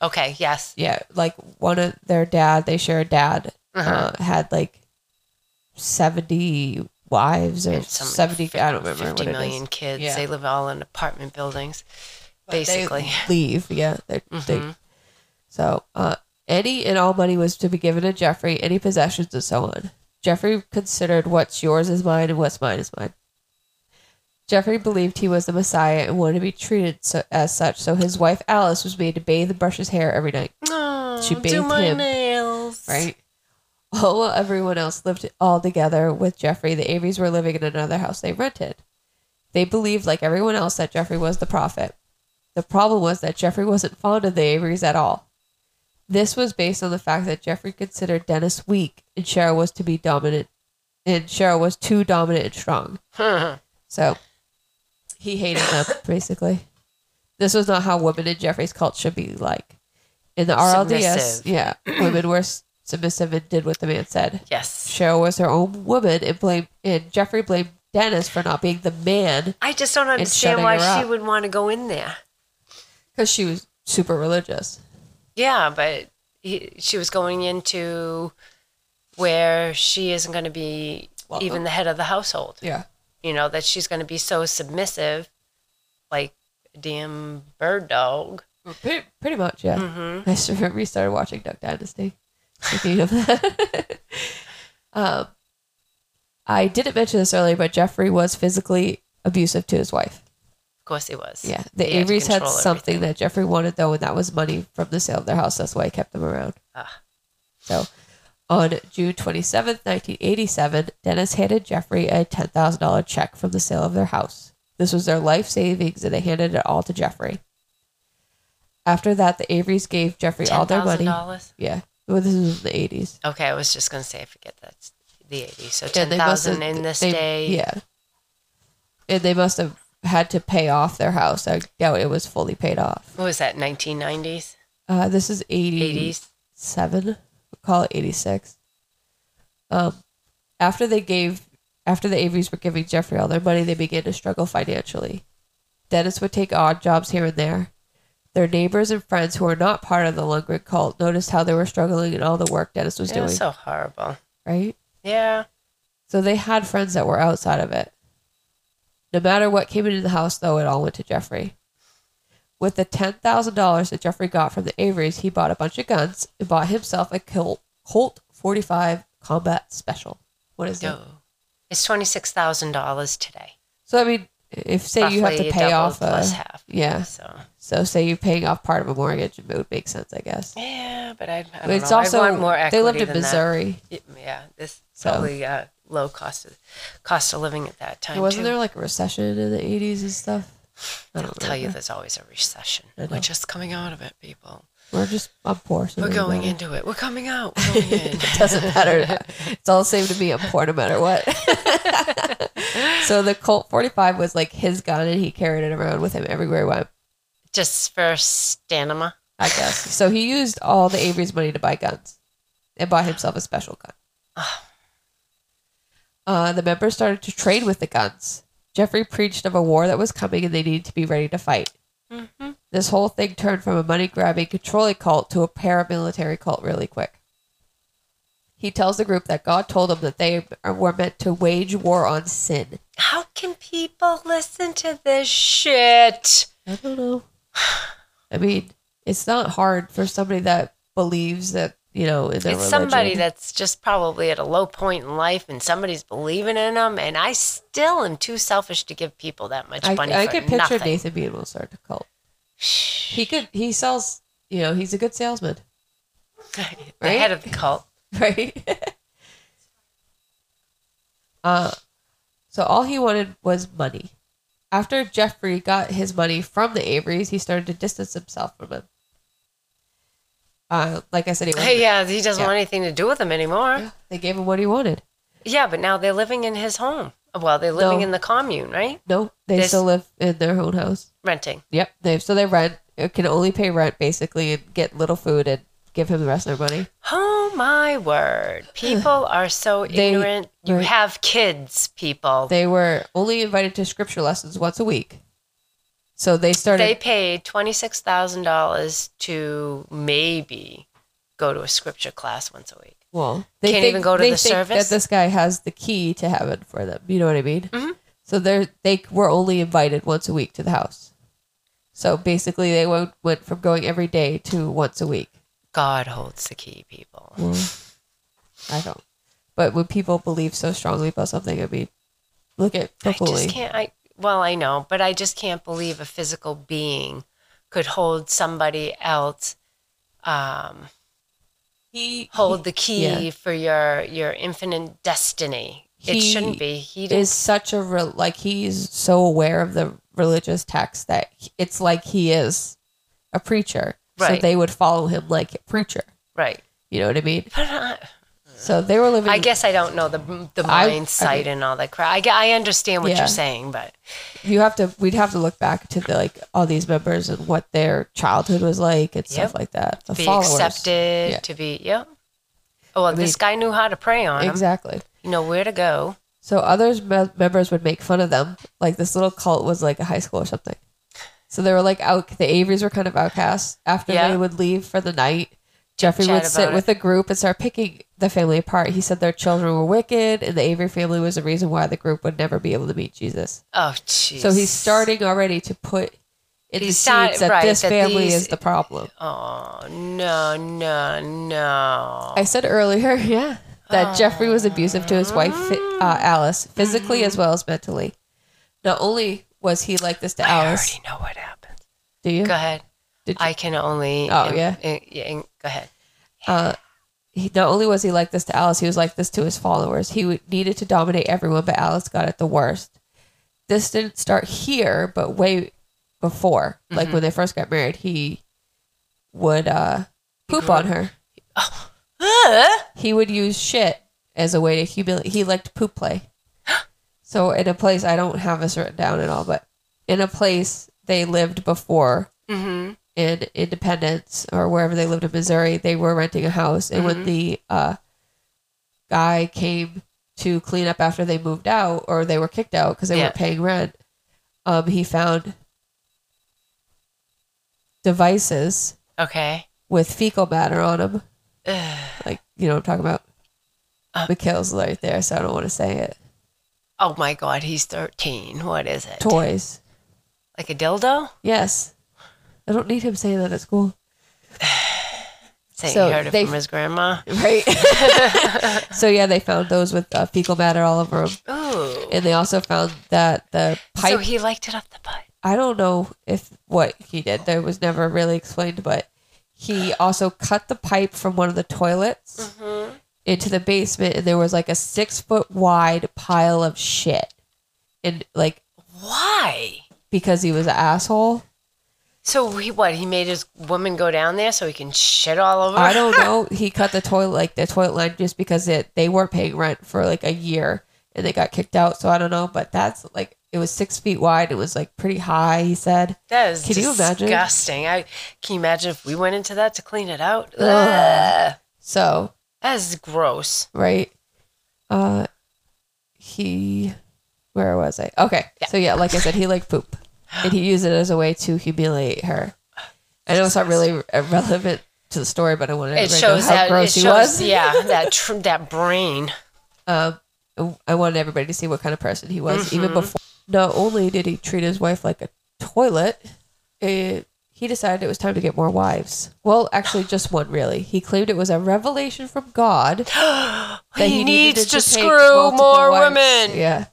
[SPEAKER 2] Okay. Yes.
[SPEAKER 1] yeah, like one of their dad, they share a dad,
[SPEAKER 2] Uh-huh.
[SPEAKER 1] uh, had like 70 wives or
[SPEAKER 2] And some
[SPEAKER 1] 70, I don't remember
[SPEAKER 2] Fifty
[SPEAKER 1] what it
[SPEAKER 2] million
[SPEAKER 1] is.
[SPEAKER 2] kids.
[SPEAKER 1] Yeah.
[SPEAKER 2] They live all in apartment buildings,
[SPEAKER 1] But they
[SPEAKER 2] basically.
[SPEAKER 1] leave, yeah. They, they,
[SPEAKER 2] Mhm.
[SPEAKER 1] so, uh, any and all money was to be given to Jeffrey, any possessions and so on. Jeffrey considered what's yours is mine and what's mine is mine. Jeffrey believed he was the Messiah and wanted to be treated so, as such, so his wife Alice was made to bathe and brush his hair every night.
[SPEAKER 2] Oh,
[SPEAKER 1] She
[SPEAKER 2] do
[SPEAKER 1] bathed
[SPEAKER 2] my
[SPEAKER 1] him,
[SPEAKER 2] nails.
[SPEAKER 1] right? Oh, well, everyone else lived all together with Jeffrey. The Avies were living in another house they rented. They believed, like everyone else, that Jeffrey was the prophet. The problem was that Jeffrey wasn't fond of the Averys at all. This was based on the fact that Jeffrey considered Dennis weak and Cheryl was to be dominant, and Cheryl was too dominant and strong. So he hated them, basically. This was not how women in Jeffrey's cult should be like. In the RLDS,
[SPEAKER 2] Submissive.
[SPEAKER 1] yeah, women were s- submissive and did what the man said.
[SPEAKER 2] Yes.
[SPEAKER 1] Cheryl was her own woman and blamed, and Jeffrey blamed Dennis for not being the man
[SPEAKER 2] I just don't understand
[SPEAKER 1] shutting
[SPEAKER 2] why
[SPEAKER 1] her
[SPEAKER 2] she
[SPEAKER 1] up.
[SPEAKER 2] would want to go in there.
[SPEAKER 1] because she was super religious.
[SPEAKER 2] Yeah, but he, she was going into where she isn't going to be
[SPEAKER 1] Welcome.
[SPEAKER 2] even the head of the household.
[SPEAKER 1] Yeah,
[SPEAKER 2] You know, that she's going to be so submissive, like a damn bird dog.
[SPEAKER 1] pretty, pretty much. Yeah,
[SPEAKER 2] hmm
[SPEAKER 1] I just remember you started watching Duck Dynasty. Speaking of that, um, I didn't mention this earlier, but Jeffrey was physically abusive to his wife.
[SPEAKER 2] Of course he was.
[SPEAKER 1] Yeah, the
[SPEAKER 2] He had to
[SPEAKER 1] Averys had
[SPEAKER 2] control
[SPEAKER 1] something that Jeffrey wanted though, and that was money from the sale of their house. That's why I kept them around.
[SPEAKER 2] Ah.
[SPEAKER 1] So, on June twenty seventh, 1987, Dennis handed Jeffrey a $10,000 check from the sale of their house. This was their life savings, and they handed it all to Jeffrey. After that, the Averys gave Jeffrey all their money.
[SPEAKER 2] $10,000?
[SPEAKER 1] Yeah, well, this is the 80s.
[SPEAKER 2] Okay, I was just going to say, I forget that's the 80s. So
[SPEAKER 1] And they must have-
[SPEAKER 2] 10000 in this
[SPEAKER 1] they-
[SPEAKER 2] day.
[SPEAKER 1] Yeah. And they must have had to pay off their house. I doubt it was fully paid off.
[SPEAKER 2] What was that, 1990s?
[SPEAKER 1] Uh, this is 87.
[SPEAKER 2] 80s?
[SPEAKER 1] We'll call it 86. Um, after they gave, after the Averys were giving Jeffrey all their money, they began to struggle financially. Dennis would take odd jobs here and there. Their neighbors and friends who were not part of the Lundgren cult noticed how they were struggling in all the work Dennis was
[SPEAKER 2] It
[SPEAKER 1] doing,
[SPEAKER 2] was so horrible.
[SPEAKER 1] right?
[SPEAKER 2] Yeah.
[SPEAKER 1] So they had friends that were outside of it. No matter what came into the house, though, it all went to Jeffrey. With the ten thousand dollars that Jeffrey got from the Averys, he bought a bunch of guns and bought himself a Colt, Colt forty five Combat Special. What is
[SPEAKER 2] No.
[SPEAKER 1] it?
[SPEAKER 2] It's $26,000 today.
[SPEAKER 1] So I mean, if say you have
[SPEAKER 2] Roughly
[SPEAKER 1] to pay
[SPEAKER 2] double
[SPEAKER 1] off a
[SPEAKER 2] plus half.
[SPEAKER 1] yeah,
[SPEAKER 2] So.
[SPEAKER 1] so say you're paying off part of a mortgage, it would make sense, I guess.
[SPEAKER 2] Yeah, but I, I don't
[SPEAKER 1] But it's
[SPEAKER 2] know.
[SPEAKER 1] also
[SPEAKER 2] I want more
[SPEAKER 1] they
[SPEAKER 2] equity
[SPEAKER 1] lived in
[SPEAKER 2] than that.
[SPEAKER 1] Missouri.
[SPEAKER 2] Y- Yeah, this
[SPEAKER 1] So.
[SPEAKER 2] probably uh, low cost of cost of living at that time.
[SPEAKER 1] Wasn't
[SPEAKER 2] too.
[SPEAKER 1] there like a recession in the eighties and stuff? I
[SPEAKER 2] They'll
[SPEAKER 1] don't
[SPEAKER 2] tell you
[SPEAKER 1] remember.
[SPEAKER 2] there's always a recession.
[SPEAKER 1] I
[SPEAKER 2] We're
[SPEAKER 1] know.
[SPEAKER 2] just coming out of it, people.
[SPEAKER 1] We're just I'm poor. So
[SPEAKER 2] We're
[SPEAKER 1] it doesn't
[SPEAKER 2] going
[SPEAKER 1] matter.
[SPEAKER 2] into it. We're coming out. We're going in.
[SPEAKER 1] It doesn't matter. It's all the same to me. I'm poor no matter what. so the Colt 45 was like his gun, and he carried it around with him everywhere he went.
[SPEAKER 2] just for Stanima.
[SPEAKER 1] I guess. So he used all the Avery's money to buy guns and bought himself a special gun. Uh, the members started to trade with the guns. Jeffrey preached of a war that was coming and they needed to be ready to fight.
[SPEAKER 2] Mm-hmm.
[SPEAKER 1] This whole thing turned from a money grabbing, controlling cult to a paramilitary cult really quick. He tells the group that God told them that they are- were meant to wage war on sin.
[SPEAKER 2] How can people listen to this shit?
[SPEAKER 1] I don't know. I mean, it's not hard for somebody that believes that, you know, in their
[SPEAKER 2] it's
[SPEAKER 1] religion.
[SPEAKER 2] somebody that's just probably at a low point in life and somebody's believing in them. And I still am too selfish to give people that much
[SPEAKER 1] I,
[SPEAKER 2] money.
[SPEAKER 1] I
[SPEAKER 2] for
[SPEAKER 1] could picture
[SPEAKER 2] nothing.
[SPEAKER 1] Nathan being able to start a cult. He could. He sells. You know, he's a good salesman,
[SPEAKER 2] the
[SPEAKER 1] right?
[SPEAKER 2] head of the cult.
[SPEAKER 1] right? uh, so all he wanted was money. After Jeffrey got his money from the Averys, he started to distance himself from him. Uh, like I said, he wasn't-
[SPEAKER 2] yeah, he doesn't
[SPEAKER 1] Yeah.
[SPEAKER 2] want anything to do with them anymore. Yeah.
[SPEAKER 1] they gave him what he wanted.
[SPEAKER 2] but now they're living in his home. Well, they're living
[SPEAKER 1] No.
[SPEAKER 2] in the commune, right?
[SPEAKER 1] No, they
[SPEAKER 2] This-
[SPEAKER 1] still live in their own house.
[SPEAKER 2] Renting.
[SPEAKER 1] Yep, they so they rent. uh, Can only pay rent basically, and get little food and give him the rest of their money.
[SPEAKER 2] Oh my word. People are so
[SPEAKER 1] They-
[SPEAKER 2] ignorant. You
[SPEAKER 1] right.
[SPEAKER 2] have kids, people. They,
[SPEAKER 1] They were only invited to scripture lessons once a week. So they started
[SPEAKER 2] paid $26,000 to maybe go to a scripture class once a week.
[SPEAKER 1] well, they
[SPEAKER 2] Can't
[SPEAKER 1] think,
[SPEAKER 2] even go to
[SPEAKER 1] they
[SPEAKER 2] the
[SPEAKER 1] think
[SPEAKER 2] service?
[SPEAKER 1] that this guy has the key to heaven for them. You know what I mean?
[SPEAKER 2] Mhm.
[SPEAKER 1] So they they were only invited once a week to the house. So basically they went, went from going every day to once a week.
[SPEAKER 2] God holds the key, people.
[SPEAKER 1] I don't. But when people believe so strongly about something, I mean, look at
[SPEAKER 2] I
[SPEAKER 1] Papuli.
[SPEAKER 2] just can't. I well, I know, but I just can't believe a physical being could hold somebody else, um,
[SPEAKER 1] He
[SPEAKER 2] hold the key
[SPEAKER 1] yeah.
[SPEAKER 2] for your your infinite destiny. it
[SPEAKER 1] He
[SPEAKER 2] shouldn't be. He didn't.
[SPEAKER 1] is such a re- like he's so aware of the religious text that he- it's like he is a preacher so
[SPEAKER 2] Right.
[SPEAKER 1] they would follow him like a preacher
[SPEAKER 2] right.
[SPEAKER 1] you know what i mean
[SPEAKER 2] But I,
[SPEAKER 1] so they were living
[SPEAKER 2] I guess I don't know the the
[SPEAKER 1] I-
[SPEAKER 2] mind sight and all that crap. I, ge- I understand what
[SPEAKER 1] Yeah.
[SPEAKER 2] you're saying, but
[SPEAKER 1] you have to we'd have to look back to the like all these members and what their childhood was like and stuff
[SPEAKER 2] Yep.
[SPEAKER 1] like that the
[SPEAKER 2] be
[SPEAKER 1] followers
[SPEAKER 2] accepted
[SPEAKER 1] Yeah.
[SPEAKER 2] to be. Yep. Oh, well, this
[SPEAKER 1] mean-
[SPEAKER 2] guy knew how to prey on him.
[SPEAKER 1] exactly
[SPEAKER 2] You know where to go.
[SPEAKER 1] so others me- members would make fun of them like this little cult was like a high school or something so they were like out the avery's were kind of outcasts after
[SPEAKER 2] Yeah.
[SPEAKER 1] they would leave for the night Jeffrey
[SPEAKER 2] Chat
[SPEAKER 1] would sit
[SPEAKER 2] about
[SPEAKER 1] with a group and start picking the family apart. He said their children were wicked, and the Avery family was the reason why the group would never be able to meet Jesus.
[SPEAKER 2] Oh, jeez.
[SPEAKER 1] So he's starting already to put in the
[SPEAKER 2] He's start-
[SPEAKER 1] seeds that
[SPEAKER 2] right,
[SPEAKER 1] this
[SPEAKER 2] that
[SPEAKER 1] family
[SPEAKER 2] these-
[SPEAKER 1] is the problem.
[SPEAKER 2] Oh no no no!
[SPEAKER 1] I said earlier, yeah, that Jeffrey was abusive to his wife, Fi-
[SPEAKER 2] Mm.
[SPEAKER 1] uh, Alice, physically as well as mentally. Not only was he like this to
[SPEAKER 2] I
[SPEAKER 1] Alice,
[SPEAKER 2] already know what happened.
[SPEAKER 1] do you?
[SPEAKER 2] Go ahead.
[SPEAKER 1] Did you-
[SPEAKER 2] I can only.
[SPEAKER 1] Oh, yeah.
[SPEAKER 2] in- in- go ahead.
[SPEAKER 1] uh, he, not only was he like this to Alice, he was like this to his followers. He would, needed to dominate everyone, but Alice got it the worst. This didn't start here, but way before.
[SPEAKER 2] Mm-hmm.
[SPEAKER 1] Like when they first got married, he would uh, poop on her.
[SPEAKER 2] Uh?
[SPEAKER 1] He would use shit as a way to humiliate. He liked poop play. So in a place I don't have this written down at all, but in a place they lived before
[SPEAKER 2] Mm-hmm.
[SPEAKER 1] in Independence or wherever they lived in Missouri, they were renting a house. And when the uh, guy came to clean up after they moved out or they were kicked out because they
[SPEAKER 2] Yeah.
[SPEAKER 1] weren't paying rent, um, he found devices
[SPEAKER 2] Okay.
[SPEAKER 1] with fecal matter on them.
[SPEAKER 2] Ugh.
[SPEAKER 1] Like, you know what I'm talking about?
[SPEAKER 2] Uh.
[SPEAKER 1] McKill's right there, so I don't want to say it.
[SPEAKER 2] Oh my God, he's thirteen. What is it?
[SPEAKER 1] Toys.
[SPEAKER 2] Like a dildo?
[SPEAKER 1] Yes. I don't need him saying that at school.
[SPEAKER 2] Saying
[SPEAKER 1] So
[SPEAKER 2] he heard it
[SPEAKER 1] they-
[SPEAKER 2] from his grandma.
[SPEAKER 1] Right. so yeah, they found those with uh, fecal matter all over them,
[SPEAKER 2] Ooh.
[SPEAKER 1] and they also found that the pipe.
[SPEAKER 2] So he liked it up the butt.
[SPEAKER 1] I don't know if what he did. That was never really explained, but he also cut the pipe from one of the toilets into the basement, and there was like a six foot wide pile of shit, and like
[SPEAKER 2] Why?
[SPEAKER 1] because he was an asshole.
[SPEAKER 2] So he what? He made his woman go down there so he can shit all over.
[SPEAKER 1] I
[SPEAKER 2] her?
[SPEAKER 1] don't know. He cut the toilet like the toilet line just because it they weren't paying rent for like a year and they got kicked out. So I don't know. But that's like it was six feet wide. It was like pretty high. He said.
[SPEAKER 2] That is
[SPEAKER 1] Can you imagine?
[SPEAKER 2] disgusting. I can you imagine if we went into that to clean it out?
[SPEAKER 1] Ugh.
[SPEAKER 2] Ugh.
[SPEAKER 1] So
[SPEAKER 2] That is gross.
[SPEAKER 1] right. Uh, he. Where was I? Okay.
[SPEAKER 2] Yeah.
[SPEAKER 1] So yeah, like I said, he liked poop, and he used it as a way to humiliate her. I know it's not really relevant to the story, but I wanted
[SPEAKER 2] It
[SPEAKER 1] everybody to know
[SPEAKER 2] shows
[SPEAKER 1] how
[SPEAKER 2] that
[SPEAKER 1] gross
[SPEAKER 2] it
[SPEAKER 1] he was.
[SPEAKER 2] shows yeah that tr- that brain.
[SPEAKER 1] Um, I wanted everybody to see what kind of person he was, even
[SPEAKER 2] Mm-hmm.
[SPEAKER 1] before. Not only did he treat his wife like a toilet, it, he decided it was time to get more wives. Well, actually, just one, really. He claimed it was a revelation from God that
[SPEAKER 2] he,
[SPEAKER 1] needed
[SPEAKER 2] needs to
[SPEAKER 1] take
[SPEAKER 2] screw
[SPEAKER 1] multiple
[SPEAKER 2] more
[SPEAKER 1] wives.
[SPEAKER 2] women.
[SPEAKER 1] Yeah.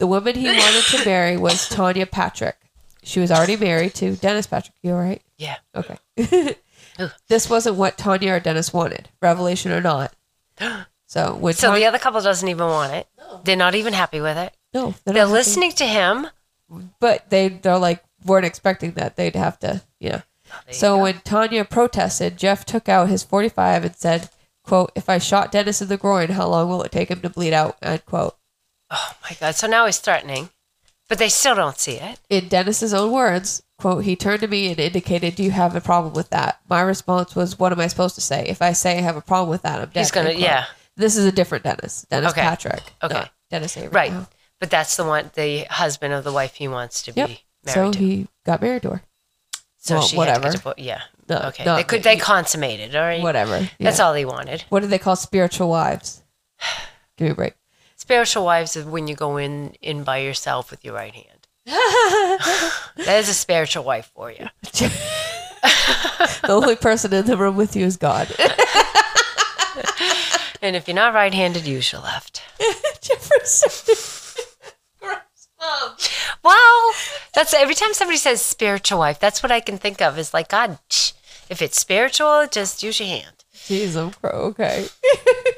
[SPEAKER 1] The woman he wanted to marry was Tanya Patrick. She was already married to Dennis Patrick. You all right?
[SPEAKER 2] Yeah.
[SPEAKER 1] Okay. this wasn't what Tanya or Dennis wanted, revelation or not. So when
[SPEAKER 2] So
[SPEAKER 1] Tanya,
[SPEAKER 2] the other couple doesn't even want it. They're not even happy with it.
[SPEAKER 1] no,
[SPEAKER 2] They're
[SPEAKER 1] not happy.
[SPEAKER 2] listening to him.
[SPEAKER 1] but they they're like weren't expecting that they'd have to yeah
[SPEAKER 2] there
[SPEAKER 1] so when tanya protested jeff took out his 45 and said quote if i shot dennis in the groin how long will it take him to bleed out end quote
[SPEAKER 2] Oh my god. So now he's threatening, but they still don't see it.
[SPEAKER 1] in dennis's own words quote he turned to me and indicated do you have a problem with that my response was what am i supposed to say if i say i have a problem with that i'm dead
[SPEAKER 2] He's gonna-
[SPEAKER 1] end quote.
[SPEAKER 2] yeah.
[SPEAKER 1] this is a different dennis dennis
[SPEAKER 2] Okay.
[SPEAKER 1] patrick
[SPEAKER 2] Okay.
[SPEAKER 1] not dennis Avery
[SPEAKER 2] Right.
[SPEAKER 1] now.
[SPEAKER 2] But that's the one, the husband of the wife he wants to
[SPEAKER 1] Yep.
[SPEAKER 2] be
[SPEAKER 1] so
[SPEAKER 2] married to.
[SPEAKER 1] he got married to her
[SPEAKER 2] So
[SPEAKER 1] well,
[SPEAKER 2] she had to
[SPEAKER 1] whatever.
[SPEAKER 2] get divorced. Yeah.
[SPEAKER 1] No,
[SPEAKER 2] okay.
[SPEAKER 1] not
[SPEAKER 2] They could.
[SPEAKER 1] me.
[SPEAKER 2] They consummated. All right.
[SPEAKER 1] whatever
[SPEAKER 2] That's
[SPEAKER 1] Yeah.
[SPEAKER 2] all they wanted.
[SPEAKER 1] what do they call spiritual wives give me a break
[SPEAKER 2] Spiritual wives is when you go in in by yourself with your right hand. that is a spiritual wife for you.
[SPEAKER 1] the only person in the room with you is God.
[SPEAKER 2] And if you're not right-handed, use your left.
[SPEAKER 1] Jefferson.
[SPEAKER 2] Well, that's every time somebody says spiritual wife, that's what I can think of is like God. tch, If it's spiritual, just use your hand.
[SPEAKER 1] Jeez, I'm cro- okay.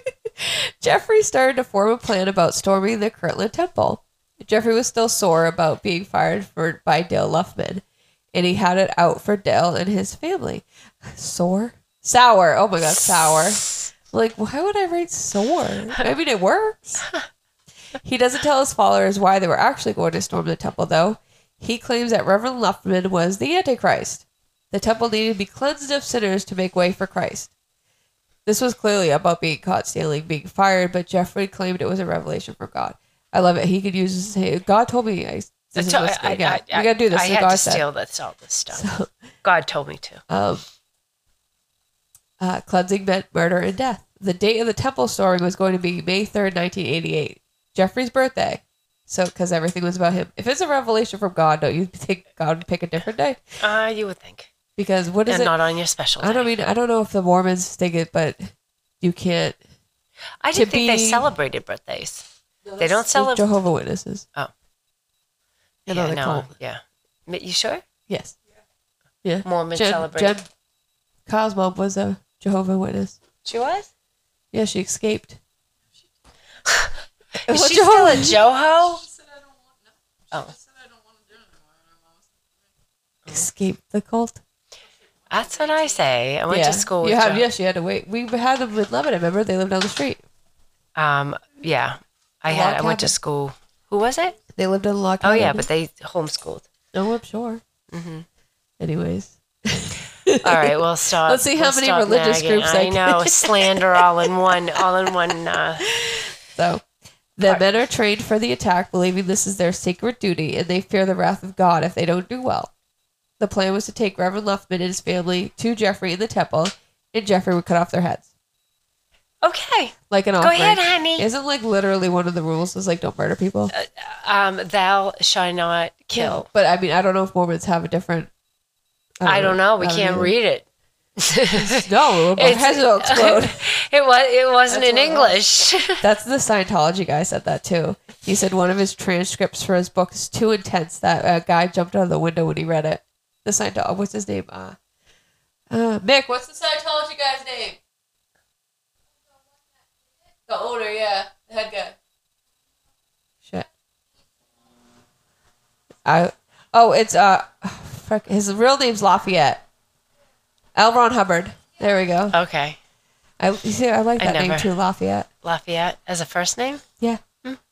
[SPEAKER 1] Jeffrey started to form a plan about storming the Kirtland Temple. Jeffrey was still sore about being fired for by Dale Luffman, and he had it out for Dale and his family. Sore, sour. Oh my god, sour. Like, why would I write sore? I mean, it works. He doesn't tell his followers why they were actually going to storm the temple, though. He claims that Reverend Luffman was the Antichrist. The temple needed to be cleansed of sinners to make way for Christ. This was clearly about being caught stealing, being fired, but Jeffrey claimed it was a revelation from God. I love it. He could use his say, God told me I, this is
[SPEAKER 2] So
[SPEAKER 1] what's
[SPEAKER 2] I-
[SPEAKER 1] going on.
[SPEAKER 2] I- I-
[SPEAKER 1] You gotta do this.
[SPEAKER 2] I
[SPEAKER 1] like
[SPEAKER 2] had
[SPEAKER 1] God
[SPEAKER 2] to
[SPEAKER 1] said.
[SPEAKER 2] steal this, all this stuff. God told me to.
[SPEAKER 1] Um, uh, cleansing meant murder and death. The date of the temple storming was going to be May 3rd, 1988, Jeffrey's birthday. So, because everything was about him. If it's a revelation from God, don't you think God would pick a different day?
[SPEAKER 2] Ah, you would think.
[SPEAKER 1] Because what is
[SPEAKER 2] and
[SPEAKER 1] it?
[SPEAKER 2] not on your special.
[SPEAKER 1] I don't
[SPEAKER 2] day.
[SPEAKER 1] mean, I don't know if the Mormons think it, but you can't.
[SPEAKER 2] I didn't
[SPEAKER 1] to
[SPEAKER 2] think they
[SPEAKER 1] be-
[SPEAKER 2] celebrated birthdays. They don't celebrate.
[SPEAKER 1] Jehovah Witnesses.
[SPEAKER 2] Oh.
[SPEAKER 1] And
[SPEAKER 2] yeah,
[SPEAKER 1] all they
[SPEAKER 2] no,
[SPEAKER 1] call 'em.
[SPEAKER 2] yeah. Ma- You sure?
[SPEAKER 1] Yes. Yeah.
[SPEAKER 2] Mormons celebrate.
[SPEAKER 1] Jen, Kyle's mom was a Jehovah Witness.
[SPEAKER 2] She was.
[SPEAKER 1] Yeah, she escaped.
[SPEAKER 2] Is
[SPEAKER 1] Well,
[SPEAKER 2] she still a
[SPEAKER 1] Jehovah-
[SPEAKER 2] Joho? Oh,
[SPEAKER 1] escape the cult.
[SPEAKER 2] that's what I say. I went
[SPEAKER 1] yeah.
[SPEAKER 2] to school. With
[SPEAKER 1] You have,
[SPEAKER 2] Jo-
[SPEAKER 1] yes, you had to wait. We had them in Lebanon. Remember, they lived down the street.
[SPEAKER 2] Um. Yeah. I
[SPEAKER 1] The
[SPEAKER 2] had.
[SPEAKER 1] log
[SPEAKER 2] I went to
[SPEAKER 1] cabin.
[SPEAKER 2] school. Who was it?
[SPEAKER 1] They lived in a log
[SPEAKER 2] Oh
[SPEAKER 1] cabin.
[SPEAKER 2] yeah, but Mm-hmm. they homeschooled.
[SPEAKER 1] no, I'm sure. Anyways,
[SPEAKER 2] All right, we'll stop.
[SPEAKER 1] Let's see how
[SPEAKER 2] We'll
[SPEAKER 1] many
[SPEAKER 2] stop
[SPEAKER 1] religious
[SPEAKER 2] nagging.
[SPEAKER 1] groups I
[SPEAKER 2] I
[SPEAKER 1] can-
[SPEAKER 2] know slander all in one, all in one. Uh,
[SPEAKER 1] so the men are trained for the attack, believing this is their sacred duty, and they fear the wrath of God if they don't do well. The plan was to take Reverend Luffman and his family to Jeffrey in the temple, and Jeffrey would cut off their heads
[SPEAKER 2] okay,
[SPEAKER 1] like an
[SPEAKER 2] go
[SPEAKER 1] offering.
[SPEAKER 2] ahead, honey.
[SPEAKER 1] Isn't like literally one of the rules is like don't murder people.
[SPEAKER 2] Um, thou shall not kill.
[SPEAKER 1] But I mean, I don't know if Mormons have a different.
[SPEAKER 2] I don't know. We can't
[SPEAKER 1] either.
[SPEAKER 2] read it.
[SPEAKER 1] No, my
[SPEAKER 2] It's-
[SPEAKER 1] head will explode.
[SPEAKER 2] It was. It wasn't
[SPEAKER 1] That's
[SPEAKER 2] in
[SPEAKER 1] what it
[SPEAKER 2] English.
[SPEAKER 1] That's the Scientology guy said that too. He said one of his transcripts for his book is too intense that a guy jumped out of the window when he read it. The Scientology, what's his name? Uh, uh, Mick, what's the Scientology guy's name? The owner, yeah, the head guy. Shit. I Oh, it's uh, frick, his real name's Lafayette. L. Ron Hubbard. There we go.
[SPEAKER 2] Okay.
[SPEAKER 1] I you see, I like
[SPEAKER 2] I
[SPEAKER 1] that name
[SPEAKER 2] never-
[SPEAKER 1] too, Lafayette.
[SPEAKER 2] Lafayette as a first name?
[SPEAKER 1] Yeah.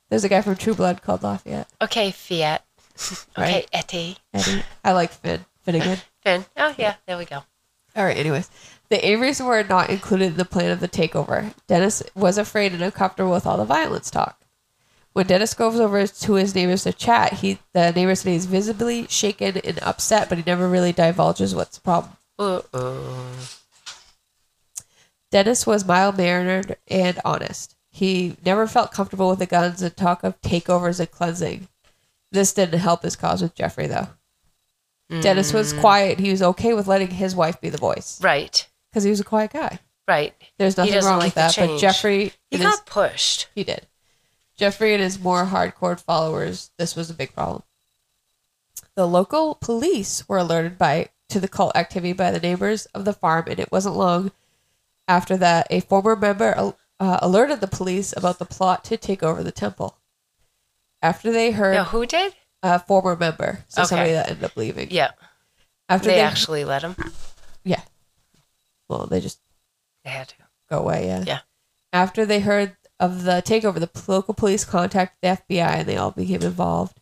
[SPEAKER 1] There's a guy from True Blood called Lafayette.
[SPEAKER 2] Okay, Fiat. okay,
[SPEAKER 1] Right.
[SPEAKER 2] Etty.
[SPEAKER 1] Eddie. I like Finn. Finnegan.
[SPEAKER 2] Finn. Oh, yeah, there we go.
[SPEAKER 1] All right, anyways. The Averys were not included in the plan of the takeover. Dennis was afraid and uncomfortable with all the violence talk. When Dennis goes over to his neighbors to chat, he the neighbor said he's visibly shaken and upset, but he never really divulges what's the problem.
[SPEAKER 2] Uh-oh.
[SPEAKER 1] Dennis was mild mannered and honest. He never felt comfortable with the guns and talk of takeovers and cleansing. This didn't help his cause with Jeffrey, though. Dennis
[SPEAKER 2] Mm.
[SPEAKER 1] was quiet. He was okay with letting his wife be the voice
[SPEAKER 2] Right,
[SPEAKER 1] because he was a quiet guy.
[SPEAKER 2] right.
[SPEAKER 1] There's
[SPEAKER 2] He
[SPEAKER 1] nothing
[SPEAKER 2] doesn't
[SPEAKER 1] wrong
[SPEAKER 2] like
[SPEAKER 1] with
[SPEAKER 2] the
[SPEAKER 1] that. But
[SPEAKER 2] change.
[SPEAKER 1] Jeffrey,
[SPEAKER 2] He
[SPEAKER 1] and his-
[SPEAKER 2] got pushed.
[SPEAKER 1] he did. Jeffrey and his more hardcore followers, this was a big problem. The local police were alerted by to the cult activity by the neighbors of the farm, and it wasn't long after that a former member uh, alerted the police about the plot to take over the temple. After they heard
[SPEAKER 2] No, who did?
[SPEAKER 1] a former member, so
[SPEAKER 2] Okay.
[SPEAKER 1] somebody that ended up leaving.
[SPEAKER 2] Yeah,
[SPEAKER 1] After
[SPEAKER 2] they
[SPEAKER 1] they
[SPEAKER 2] actually let him.
[SPEAKER 1] yeah, well, they just
[SPEAKER 2] They had to.
[SPEAKER 1] go away. Yeah.
[SPEAKER 2] Yeah.
[SPEAKER 1] After they heard of the takeover, the p- local police contacted the FBI and they all became involved.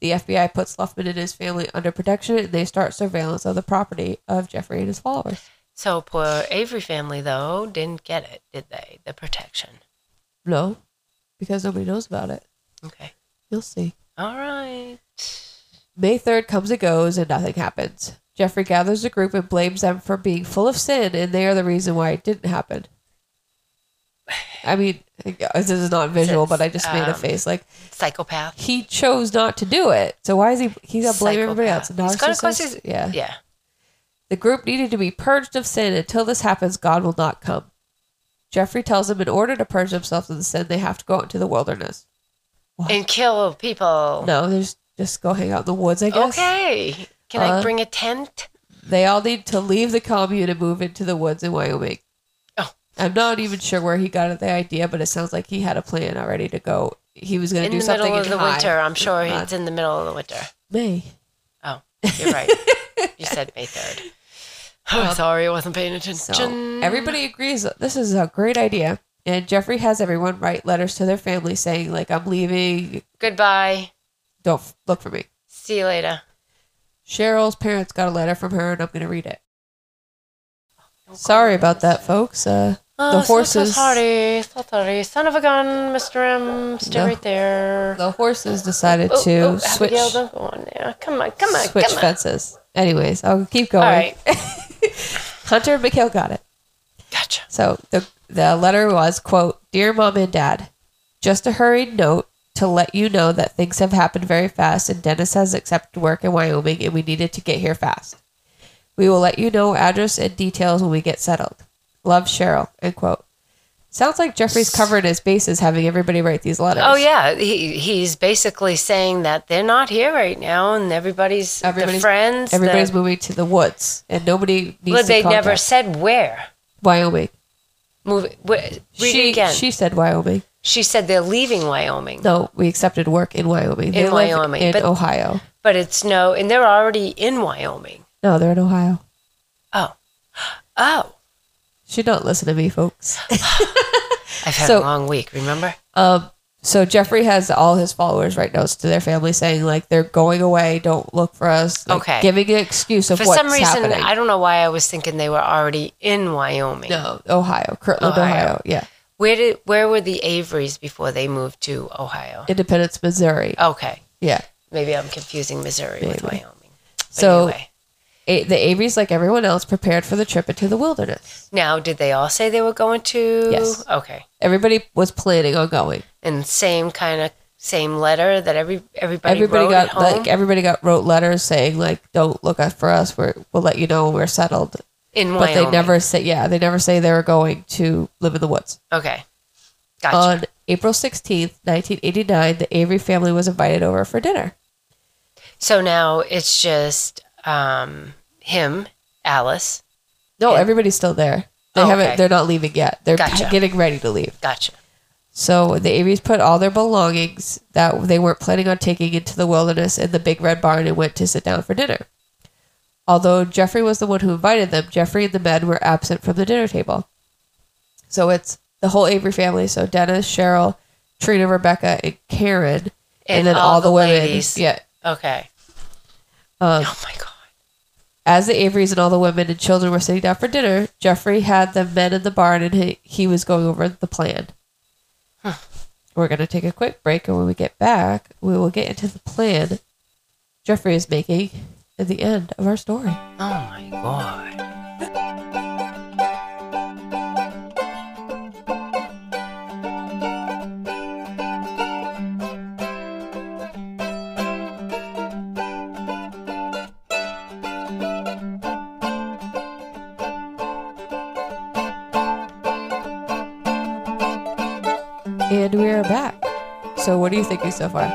[SPEAKER 1] The FBI puts Luffman and his family under protection and they start surveillance of the property of Jeffrey and his followers.
[SPEAKER 2] So poor Avery family though didn't get it, did they? The protection.
[SPEAKER 1] No, because nobody knows about it.
[SPEAKER 2] Okay.
[SPEAKER 1] You'll see.
[SPEAKER 2] All right.
[SPEAKER 1] May 3rd comes and goes and nothing happens. Jeffrey gathers a group and blames them for being full of sin and they are the reason why it didn't happen. I mean, this is not visual, but I just made a
[SPEAKER 2] Um,
[SPEAKER 1] face like
[SPEAKER 2] Psychopath.
[SPEAKER 1] he chose not to do it. So why is he? He's gonna blame everybody else.
[SPEAKER 2] Psychopath. He's gonna cause
[SPEAKER 1] Narcissist?
[SPEAKER 2] his-
[SPEAKER 1] yeah.
[SPEAKER 2] Yeah.
[SPEAKER 1] The group needed to be purged of sin. Until this happens, God will not come. Jeffrey tells them in order to purge themselves of the sin, they have to go out into the wilderness.
[SPEAKER 2] And kill people.
[SPEAKER 1] No, they just just go hang out in the woods. I guess
[SPEAKER 2] Okay. Can I
[SPEAKER 1] Uh,
[SPEAKER 2] bring a tent?
[SPEAKER 1] they all need to leave the commune and move into the woods in Wyoming.
[SPEAKER 2] Oh.
[SPEAKER 1] I'm not even sure where he got the idea, but it sounds like he had a plan already to go. He was going to
[SPEAKER 2] In
[SPEAKER 1] do
[SPEAKER 2] the
[SPEAKER 1] something
[SPEAKER 2] middle of
[SPEAKER 1] and
[SPEAKER 2] the
[SPEAKER 1] hide.
[SPEAKER 2] winter. I'm sure
[SPEAKER 1] Uh,
[SPEAKER 2] it's in the middle of the winter.
[SPEAKER 1] May.
[SPEAKER 2] Oh, you're right. you said May 3rd. Oh, sorry, I wasn't paying attention.
[SPEAKER 1] So everybody agrees that this is a great idea. And Jeffrey has everyone write letters to their family saying, like, I'm leaving.
[SPEAKER 2] Goodbye.
[SPEAKER 1] Don't f- look for me.
[SPEAKER 2] See you later.
[SPEAKER 1] Cheryl's parents got a letter from her, and I'm going to read it. Sorry about that, folks. Uh,
[SPEAKER 2] Oh, so-
[SPEAKER 1] horses-
[SPEAKER 2] So sorry, so sorry. Son of a gun, Mr. M. Stay
[SPEAKER 1] No.
[SPEAKER 2] right there.
[SPEAKER 1] the horses decided
[SPEAKER 2] Oh,
[SPEAKER 1] to
[SPEAKER 2] oh,
[SPEAKER 1] switch,
[SPEAKER 2] Abigail, don't go on there. Come on, come on,
[SPEAKER 1] switch
[SPEAKER 2] come on.
[SPEAKER 1] fences. Anyways, I'll keep going.
[SPEAKER 2] All right.
[SPEAKER 1] Hunter and McHale got it.
[SPEAKER 2] Gotcha.
[SPEAKER 1] So the the letter was quote, "Dear Mom and Dad, just a hurried note to let you know that things have happened very fast, and Dennis has accepted work in Wyoming, and we needed to get here fast. We will let you know address and details when we get settled. Love, Cheryl." End quote. Sounds like Jeffrey's covered his bases, having everybody write these letters.
[SPEAKER 2] Oh yeah, he, he's basically saying that they're not here right now, and everybody's,
[SPEAKER 1] Everybody's-
[SPEAKER 2] the friends. the-
[SPEAKER 1] everybody's moving to the woods, and nobody needs
[SPEAKER 2] Well,
[SPEAKER 1] to
[SPEAKER 2] they never
[SPEAKER 1] contact
[SPEAKER 2] said where.
[SPEAKER 1] Wyoming.
[SPEAKER 2] Move. it- wh- Read
[SPEAKER 1] She
[SPEAKER 2] it again. She,
[SPEAKER 1] she said Wyoming.
[SPEAKER 2] said they're leaving Wyoming,
[SPEAKER 1] No, we accepted work in Wyoming. They
[SPEAKER 2] In
[SPEAKER 1] live
[SPEAKER 2] Wyoming,
[SPEAKER 1] in
[SPEAKER 2] but-
[SPEAKER 1] Ohio.
[SPEAKER 2] but it's no, and they're already in Wyoming.
[SPEAKER 1] No, they're in Ohio.
[SPEAKER 2] Oh, oh,
[SPEAKER 1] She don't listen to me, folks.
[SPEAKER 2] I've had
[SPEAKER 1] So-
[SPEAKER 2] a long week. Remember?
[SPEAKER 1] Um, so Jeffrey has all his followers write notes to their family saying like they're going away, don't look for us. like,
[SPEAKER 2] Okay.
[SPEAKER 1] giving an excuse of
[SPEAKER 2] For
[SPEAKER 1] what's
[SPEAKER 2] some reason,
[SPEAKER 1] happening.
[SPEAKER 2] I don't know why I was thinking they were already in Wyoming.
[SPEAKER 1] no, Ohio, Kirtland, Ohio.
[SPEAKER 2] Ohio.
[SPEAKER 1] Yeah,
[SPEAKER 2] Where did where were the Averys before they moved to Ohio?
[SPEAKER 1] Independence, Missouri.
[SPEAKER 2] Okay,
[SPEAKER 1] Yeah,
[SPEAKER 2] maybe I'm confusing Missouri with
[SPEAKER 1] Maybe.
[SPEAKER 2] Wyoming. But
[SPEAKER 1] So-
[SPEAKER 2] anyway.
[SPEAKER 1] A- the Averys, like everyone else, prepared for the trip into the wilderness.
[SPEAKER 2] now, did they all say they were going to?
[SPEAKER 1] Yes.
[SPEAKER 2] Okay,
[SPEAKER 1] Everybody was planning on going.
[SPEAKER 2] and same kind of same letter that every everybody
[SPEAKER 1] everybody
[SPEAKER 2] wrote
[SPEAKER 1] got
[SPEAKER 2] at home?
[SPEAKER 1] like everybody got wrote letters saying like don't look out for us. We're, we'll let you know when we're settled.
[SPEAKER 2] in
[SPEAKER 1] But
[SPEAKER 2] Wyoming.
[SPEAKER 1] they never say yeah. They never say they were going to live in the woods.
[SPEAKER 2] Okay, gotcha.
[SPEAKER 1] On April 16th, 1989, the Avery family was invited over for dinner.
[SPEAKER 2] so now it's just um, him, Alice.
[SPEAKER 1] No,
[SPEAKER 2] Okay.
[SPEAKER 1] everybody's still there. They
[SPEAKER 2] Oh,
[SPEAKER 1] haven't
[SPEAKER 2] okay.
[SPEAKER 1] they're not leaving yet. They're
[SPEAKER 2] Gotcha.
[SPEAKER 1] getting ready to leave.
[SPEAKER 2] Gotcha.
[SPEAKER 1] So the Avies put all their belongings that they weren't planning on taking into the wilderness in the big red barn and went to sit down for dinner. Although Jeffrey was the one who invited them, Jeffrey and the men were absent from the dinner table. So it's the whole Avery family. So Dennis, Cheryl, Trina, Rebecca, and Karen, and,
[SPEAKER 2] And
[SPEAKER 1] then
[SPEAKER 2] all
[SPEAKER 1] all, the,
[SPEAKER 2] the
[SPEAKER 1] women.
[SPEAKER 2] ladies.
[SPEAKER 1] Yeah.
[SPEAKER 2] Okay.
[SPEAKER 1] Um,
[SPEAKER 2] oh my god.
[SPEAKER 1] As the Averys and all the women and children were sitting down for dinner, Jeffrey had the men in the barn and he, he was going over the plan. We're going to take a quick break, and when we get back, we will get into the plan Jeffrey is making at the end of our story.
[SPEAKER 2] Oh my god.
[SPEAKER 1] And we are back. So, what are you thinking so far?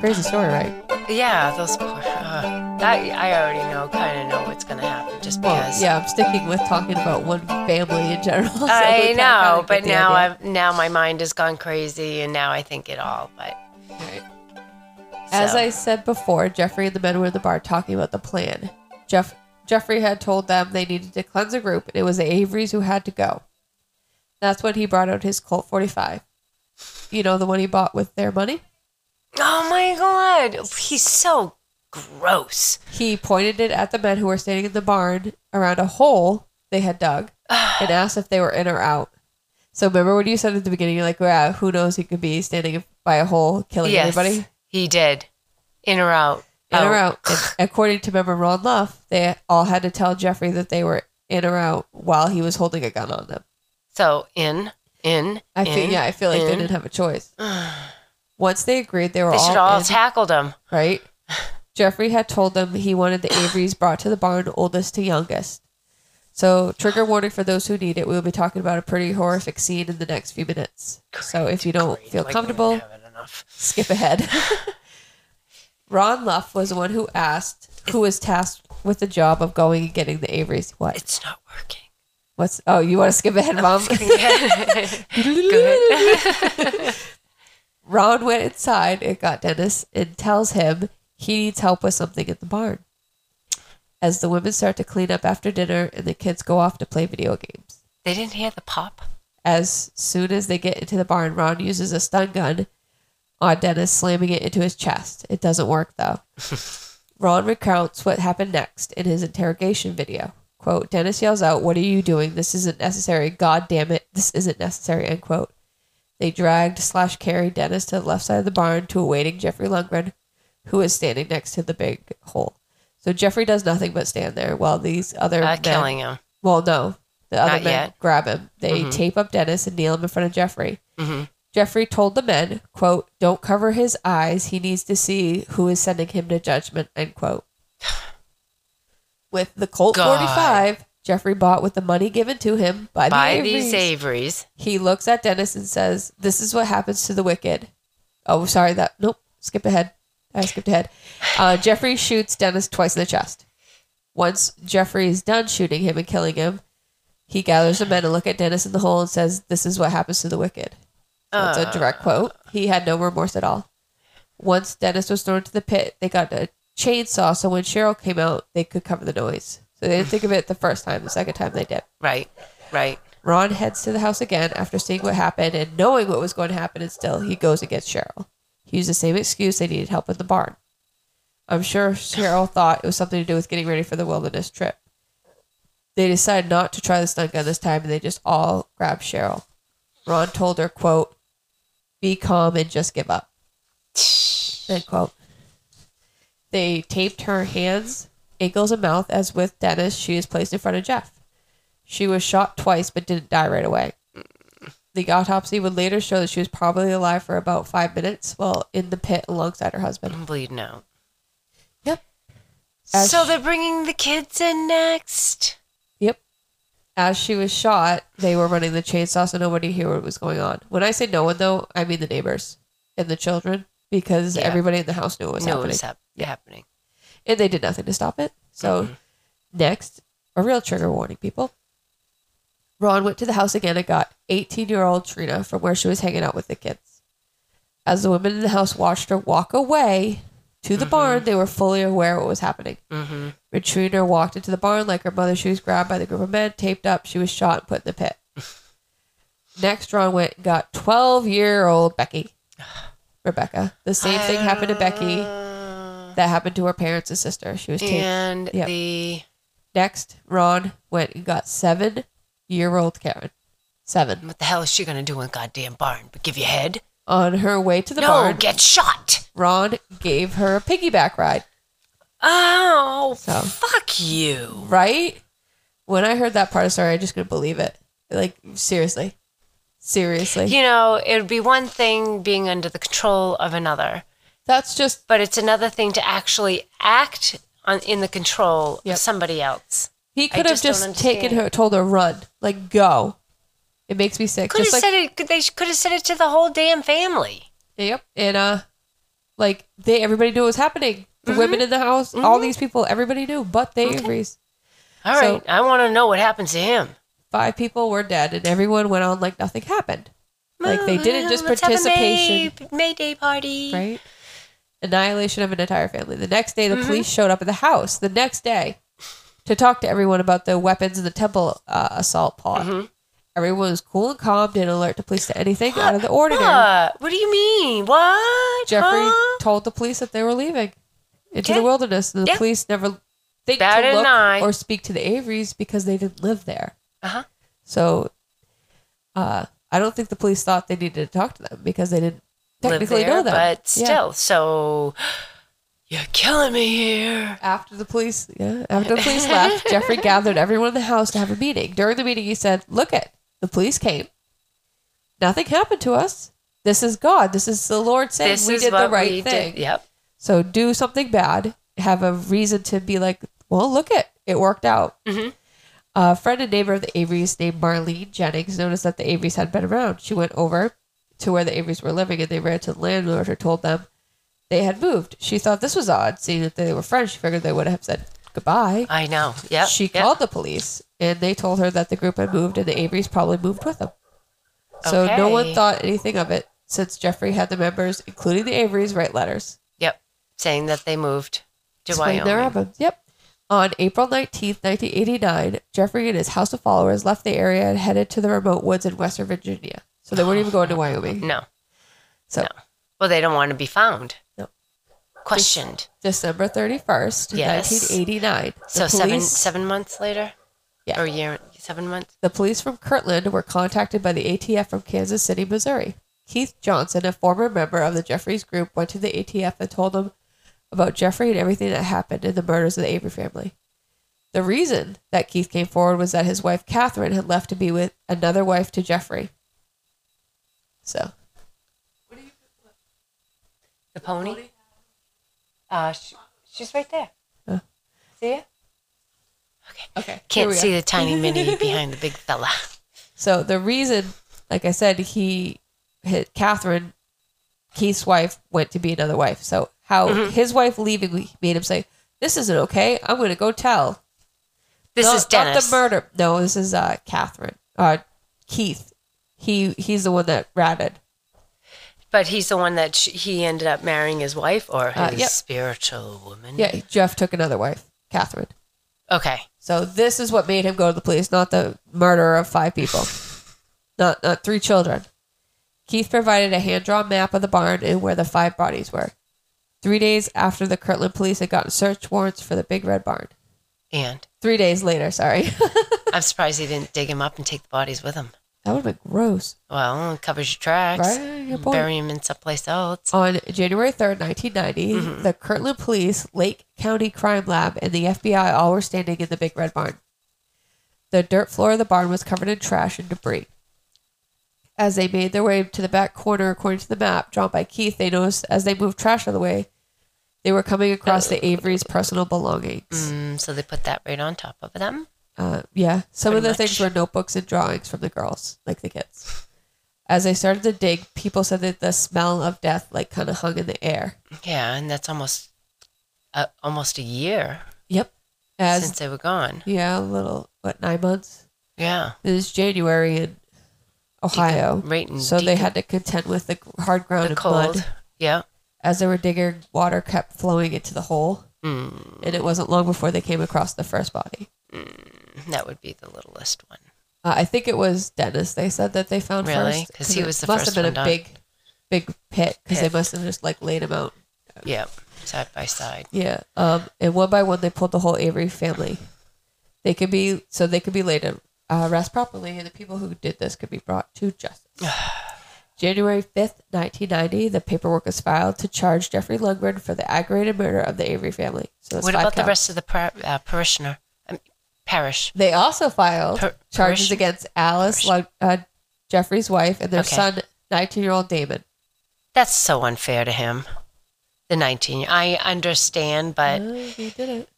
[SPEAKER 1] Crazy story, right?
[SPEAKER 2] Yeah, those poor. Uh, that I already know, kind of know what's gonna happen, just
[SPEAKER 1] Well,
[SPEAKER 2] because.
[SPEAKER 1] yeah, I'm sticking with talking about one family in general. so we
[SPEAKER 2] I
[SPEAKER 1] can kinda
[SPEAKER 2] know,
[SPEAKER 1] get
[SPEAKER 2] but
[SPEAKER 1] the
[SPEAKER 2] now
[SPEAKER 1] idea.
[SPEAKER 2] I've now my mind has gone crazy, and now I think it all. But
[SPEAKER 1] Right. As
[SPEAKER 2] so-
[SPEAKER 1] I said before, Jeffrey and the men were in the bar talking about the plan. Jeff Jeffrey had told them they needed to cleanse a group, and it was the Averys who had to go. That's when he brought out his Colt 45. You know, the one he bought with their money?
[SPEAKER 2] oh my god, he's so gross.
[SPEAKER 1] He pointed it at the men who were standing in the barn around a hole they had dug and asked if they were in or out. So remember what you said at the beginning? You're like, yeah, who knows? He could be standing by a hole killing
[SPEAKER 2] yes,
[SPEAKER 1] everybody.
[SPEAKER 2] he did. In or out? Oh,
[SPEAKER 1] in or out. And according to member Ron Luff, they all had to tell Jeffrey that they were in or out while he was holding a gun on them.
[SPEAKER 2] So in, in.
[SPEAKER 1] I
[SPEAKER 2] in,
[SPEAKER 1] feel yeah, I feel like they
[SPEAKER 2] in.
[SPEAKER 1] didn't have a choice. Once they agreed, they were
[SPEAKER 2] They
[SPEAKER 1] all,
[SPEAKER 2] should all
[SPEAKER 1] in,
[SPEAKER 2] tackle him.
[SPEAKER 1] right. Jeffrey had told them he wanted the Averys brought to the barn, oldest to youngest. So, trigger warning for those who need it. We will be talking about a pretty horrific scene in the next few minutes. so, if you don't feel comfortable, skip ahead. Ron Luff was the one who asked, who was tasked with the job of going and getting the Averys. What?
[SPEAKER 2] It's not working.
[SPEAKER 1] What's? Oh, you want to skip ahead, Mom? Ron went inside and got Dennis and tells him he needs help with something in the barn. As the women start to clean up after dinner and the kids go off to play video games.
[SPEAKER 2] they didn't hear the pop.
[SPEAKER 1] As soon as they get into the barn, Ron uses a stun gun on Dennis, slamming it into his chest. It doesn't work though. Ron recounts what happened next in his interrogation video. Quote, Dennis yells out, What are you doing? This isn't necessary. God damn it. This isn't necessary. End quote. They dragged slash carried Dennis to the left side of the barn to awaiting Jeffrey Lundgren, who is standing next to the big hole. So Jeffrey does nothing but stand there while these other
[SPEAKER 2] Uh,
[SPEAKER 1] men
[SPEAKER 2] killing him.
[SPEAKER 1] well, no. The other
[SPEAKER 2] Not
[SPEAKER 1] men
[SPEAKER 2] yet. Mm-hmm.
[SPEAKER 1] grab him. They tape up Dennis and kneel him in front of Jeffrey. Jeffrey told the men, quote, don't cover his eyes. He needs to see who is sending him to judgment, end quote. With the Colt
[SPEAKER 2] God.
[SPEAKER 1] 45, Jeffrey bought with the money given to him by,
[SPEAKER 2] By
[SPEAKER 1] the
[SPEAKER 2] these
[SPEAKER 1] Averys.
[SPEAKER 2] Averys.
[SPEAKER 1] He looks at Dennis and says, This is what happens to the wicked. Oh, sorry, that. Nope. Skip ahead. I skipped ahead. Uh, Jeffrey shoots Dennis twice in the chest. Once Jeffrey is done shooting him and killing him, he gathers the men and look at Dennis in the hole and says, This is what happens to the wicked. So it's a direct quote. He had no remorse at all. Once Dennis was thrown into the pit, they got a chainsaw so when Cheryl came out, they could cover the noise. So they didn't think of it the first time. The second time they did.
[SPEAKER 2] Right. Right.
[SPEAKER 1] Ron heads to the house again after seeing what happened and knowing what was going to happen, and still he goes and gets Cheryl. He used the same excuse they needed help in the barn. I'm sure Cheryl thought it was something to do with getting ready for the wilderness trip. They decide not to try the stun gun this time, and they just all grab Cheryl. Ron told her, "quote Be calm and just give up." End quote. They taped her hands, ankles, and mouth as with Dennis. She is placed in front of Jeff. She was shot twice but didn't die right away. The autopsy would later show that she was probably alive for about five minutes while in the pit alongside her husband.
[SPEAKER 2] I'm bleeding out.
[SPEAKER 1] Yep. As
[SPEAKER 2] so
[SPEAKER 1] sh-
[SPEAKER 2] they're bringing the kids in next.
[SPEAKER 1] Yep. As she was shot, they were running the chainsaw so nobody hear what was going on. When I say no one though, I mean the neighbors and the children because
[SPEAKER 2] Yeah.
[SPEAKER 1] everybody in the house knew what was
[SPEAKER 2] no,
[SPEAKER 1] happening.
[SPEAKER 2] it's hap- happening.
[SPEAKER 1] and they
[SPEAKER 2] Mm-hmm.
[SPEAKER 1] did nothing to stop it. So, next, a real trigger warning, people. Ron went to the house again and got 18 year old Trina from where she was hanging out with the kids. As the women in the house watched her walk away to the barn, they were fully aware of what was happening.
[SPEAKER 2] Mm-hmm.
[SPEAKER 1] When Trina walked into the barn like her mother, she was grabbed by the group of men, taped up, she was shot and put in the pit. Next, Ron went and got 12 year old Becky. Rebecca. The same thing happened to Becky
[SPEAKER 2] Uh.
[SPEAKER 1] that happened to her parents and sister. She was taped.
[SPEAKER 2] And
[SPEAKER 1] Yep.
[SPEAKER 2] the
[SPEAKER 1] Next, Ron went and got seven year old Karen. Seven.
[SPEAKER 2] what the hell is she gonna do in goddamn barn? But give you head?
[SPEAKER 1] On her way to the
[SPEAKER 2] no,
[SPEAKER 1] barn,
[SPEAKER 2] get shot.
[SPEAKER 1] Ron gave her a piggyback ride.
[SPEAKER 2] Oh,
[SPEAKER 1] So.
[SPEAKER 2] fuck you.
[SPEAKER 1] Right? When I heard that part of the story, I just couldn't believe it. Like, seriously. Seriously.
[SPEAKER 2] You know, it would be one thing being under the control of another,
[SPEAKER 1] That's just,
[SPEAKER 2] but it's another thing to actually act on, in the control
[SPEAKER 1] Yep.
[SPEAKER 2] of somebody else.
[SPEAKER 1] he
[SPEAKER 2] I
[SPEAKER 1] could have
[SPEAKER 2] just don't
[SPEAKER 1] just, taken
[SPEAKER 2] understand.
[SPEAKER 1] her, told her, run. Like, go. It makes me sick.
[SPEAKER 2] Could
[SPEAKER 1] just
[SPEAKER 2] have
[SPEAKER 1] like,
[SPEAKER 2] said it. Could, they could have said it to the whole damn family.
[SPEAKER 1] yep. And, uh, like, they, everybody knew what was happening. The
[SPEAKER 2] Mm-hmm.
[SPEAKER 1] women in the house, all these people, everybody knew, but they agrees.
[SPEAKER 2] All
[SPEAKER 1] So-
[SPEAKER 2] right, I want to know what happens to him.
[SPEAKER 1] five people were dead and everyone went on like nothing happened. Like
[SPEAKER 2] Oh,
[SPEAKER 1] they didn't just
[SPEAKER 2] Let's have a
[SPEAKER 1] participation,
[SPEAKER 2] May, May Day party.
[SPEAKER 1] right? Annihilation of an entire family. The next day, the police showed up at the house the next day to talk to everyone about the weapons and the temple uh, assault plot. Everyone was cool and calm, didn't alert the police to anything out of the ordinary.
[SPEAKER 2] What? What do you mean? What?
[SPEAKER 1] Jeffrey
[SPEAKER 2] Huh?
[SPEAKER 1] told the police that they were leaving into the
[SPEAKER 2] Okay.
[SPEAKER 1] wilderness, and the
[SPEAKER 2] Yeah.
[SPEAKER 1] police never think
[SPEAKER 2] Batted
[SPEAKER 1] to
[SPEAKER 2] an
[SPEAKER 1] look
[SPEAKER 2] eye.
[SPEAKER 1] or speak to the Averys because they didn't live there.
[SPEAKER 2] Uh-huh.
[SPEAKER 1] So, uh, I don't think the police thought they needed to talk to them because they didn't
[SPEAKER 2] Live
[SPEAKER 1] technically
[SPEAKER 2] there,
[SPEAKER 1] know them.
[SPEAKER 2] but
[SPEAKER 1] Yeah.
[SPEAKER 2] still. So you're killing me here.
[SPEAKER 1] After the police, yeah, after the police left, Jeffrey gathered everyone in the house to have a meeting. During the meeting, he said, "Look it, the police came. Nothing happened to us. This is God. This is the Lord saying
[SPEAKER 2] this
[SPEAKER 1] we
[SPEAKER 2] is
[SPEAKER 1] did
[SPEAKER 2] what
[SPEAKER 1] the right
[SPEAKER 2] we
[SPEAKER 1] thing.
[SPEAKER 2] did. Yep.
[SPEAKER 1] So do something bad, have a reason to be like, well, look at it worked out.
[SPEAKER 2] Mhm.
[SPEAKER 1] A friend and neighbor of the Averys named Marlene Jennings noticed that the Averys had been around. She went over to where the Averys were living and they ran to the landlord who told them they had moved. She thought this was odd, seeing that they were friends. She figured they would have said goodbye.
[SPEAKER 2] I know. Uh, Yep.
[SPEAKER 1] she
[SPEAKER 2] yep.
[SPEAKER 1] called the police and they told her that the group had moved and the Averys probably moved with them. So no one
[SPEAKER 2] Okay.
[SPEAKER 1] thought anything of it since Jeffrey had the members, including the Averys, write letters
[SPEAKER 2] Yep. Saying that they moved to
[SPEAKER 1] explain
[SPEAKER 2] Wyoming.
[SPEAKER 1] their albums. Yep. On April 19th, 1989, Jeffrey and his house of followers left the area and headed to the remote woods in Western Virginia. So they weren't even going to Wyoming.
[SPEAKER 2] No.
[SPEAKER 1] So
[SPEAKER 2] No. Well, they don't want to be found.
[SPEAKER 1] No.
[SPEAKER 2] Questioned.
[SPEAKER 1] December 31st,
[SPEAKER 2] Yes.
[SPEAKER 1] 1989. The
[SPEAKER 2] So seven
[SPEAKER 1] police-
[SPEAKER 2] seven months later.
[SPEAKER 1] Yeah.
[SPEAKER 2] Or a year seven months.
[SPEAKER 1] The police from Kirtland were contacted by the ATF from Kansas City, Missouri. Keith Johnson, a former member of the Jeffries group, went to the ATF and told them about Jeffrey and everything that happened in the murders of the Avery family. The reason that Keith came forward was that his wife Catherine had left to be with another wife to Jeffrey. So
[SPEAKER 2] The pony. Uh, sh she's right there.
[SPEAKER 1] Uh.
[SPEAKER 2] See it? Okay.
[SPEAKER 1] okay, here
[SPEAKER 2] Can't
[SPEAKER 1] we
[SPEAKER 2] see
[SPEAKER 1] are.
[SPEAKER 2] the tiny mini behind the big fella.
[SPEAKER 1] So the reason, like I said, he hit Catherine, Keith's wife, went to be another wife. So how
[SPEAKER 2] Mm-hmm.
[SPEAKER 1] his wife leaving made him say, "This isn't okay. I'm going to go tell."
[SPEAKER 2] This
[SPEAKER 1] Not-
[SPEAKER 2] is Dennis.
[SPEAKER 1] Not the murder. No, this is uh, Catherine. Uh, Keith. He he's the one that ratted.
[SPEAKER 2] But he's the one that sh he ended up marrying his wife or his
[SPEAKER 1] Uh, yep.
[SPEAKER 2] spiritual woman.
[SPEAKER 1] Yeah, Jeff took another wife, Catherine.
[SPEAKER 2] Okay.
[SPEAKER 1] So this is what made him go to the police, not the murder of five people, not not three children. Keith provided a hand-drawn map of the barn and where the five bodies were. Three days after the Kirtland police had gotten search warrants for the Big Red Barn.
[SPEAKER 2] And
[SPEAKER 1] Three days later, sorry.
[SPEAKER 2] I'm surprised he didn't dig him up and take the bodies with him.
[SPEAKER 1] that would have been gross.
[SPEAKER 2] Well, it covers your tracks.
[SPEAKER 1] Right, good point.
[SPEAKER 2] Bury him in someplace else.
[SPEAKER 1] On January 3rd, 1990,
[SPEAKER 2] Mm-hmm.
[SPEAKER 1] the Kirtland Police, Lake County Crime Lab, and the FBI all were standing in the Big Red Barn. The dirt floor of the barn was covered in trash and debris. As they made their way to the back corner, according to the map drawn by Keith, they noticed as they moved trash out of the way, they were coming across the Avery's personal belongings.
[SPEAKER 2] Mm, so they put that right on top of them.
[SPEAKER 1] Uh, yeah, some of the
[SPEAKER 2] Pretty
[SPEAKER 1] things were
[SPEAKER 2] much.
[SPEAKER 1] notebooks and drawings from the girls, like the kids. As they started to dig, people said that the smell of death, like, kind of hung in the air.
[SPEAKER 2] Yeah, and that's almost uh, almost a year
[SPEAKER 1] Yep. As
[SPEAKER 2] since they were gone.
[SPEAKER 1] yeah, a little what nine months.
[SPEAKER 2] Yeah.
[SPEAKER 1] It was January in Ohio,
[SPEAKER 2] Right and
[SPEAKER 1] so they
[SPEAKER 2] decom-
[SPEAKER 1] had to contend with the hard ground
[SPEAKER 2] Mm. the
[SPEAKER 1] and
[SPEAKER 2] cold.
[SPEAKER 1] mud.
[SPEAKER 2] Yeah.
[SPEAKER 1] As they were digging, water kept flowing into the hole,
[SPEAKER 2] Mm,
[SPEAKER 1] and it wasn't long before they came across the first body.
[SPEAKER 2] that would be the littlest one.
[SPEAKER 1] Uh, I think it was Dennis. They said that they found
[SPEAKER 2] Really?
[SPEAKER 1] first
[SPEAKER 2] 'Cause he
[SPEAKER 1] it
[SPEAKER 2] was the
[SPEAKER 1] must
[SPEAKER 2] first
[SPEAKER 1] have been
[SPEAKER 2] one
[SPEAKER 1] a
[SPEAKER 2] done.
[SPEAKER 1] big, big pit because they
[SPEAKER 2] Pit.
[SPEAKER 1] must have just like laid him out.
[SPEAKER 2] Yeah. Side by side.
[SPEAKER 1] Yeah. Um, and one by one, they pulled the whole Avery family. They could be so they could be laid to uh, rest properly, and the people who did this could be brought to justice. January fifth, nineteen ninety, the paperwork was filed to charge Jeffrey Lundgren for the aggravated murder of the Avery family. So that's
[SPEAKER 2] What
[SPEAKER 1] five
[SPEAKER 2] about the
[SPEAKER 1] counts.
[SPEAKER 2] rest of the par- uh, parishioner? Um, parish.
[SPEAKER 1] They also filed
[SPEAKER 2] Per-
[SPEAKER 1] charges
[SPEAKER 2] parish-
[SPEAKER 1] against Alice, Lund- uh, Jeffrey's wife, and their
[SPEAKER 2] Okay.
[SPEAKER 1] son, nineteen-year-old Damon.
[SPEAKER 2] That's so unfair to him. The 19. I understand, but
[SPEAKER 1] Oh, he did it.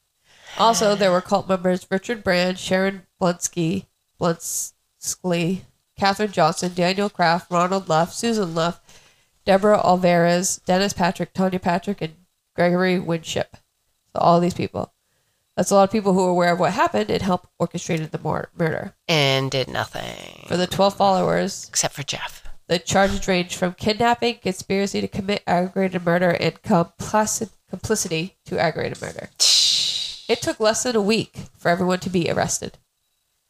[SPEAKER 1] Also, there were cult members Richard Brand, Sharon Blunsky, Blunskly, Catherine Johnson, Daniel Kraft, Ronald Luff, Susan Luff, Deborah Alvarez, Dennis Patrick, Tanya Patrick, and Gregory Winship. So all these people. That's a lot of people who were aware of what happened and helped orchestrated the mor- murder.
[SPEAKER 2] and did nothing
[SPEAKER 1] For the 12 followers,
[SPEAKER 2] except for Jeff.
[SPEAKER 1] the charges range from kidnapping, conspiracy to commit aggravated murder, and complicit- complicity to aggravated murder. It took less than a week for everyone to be arrested.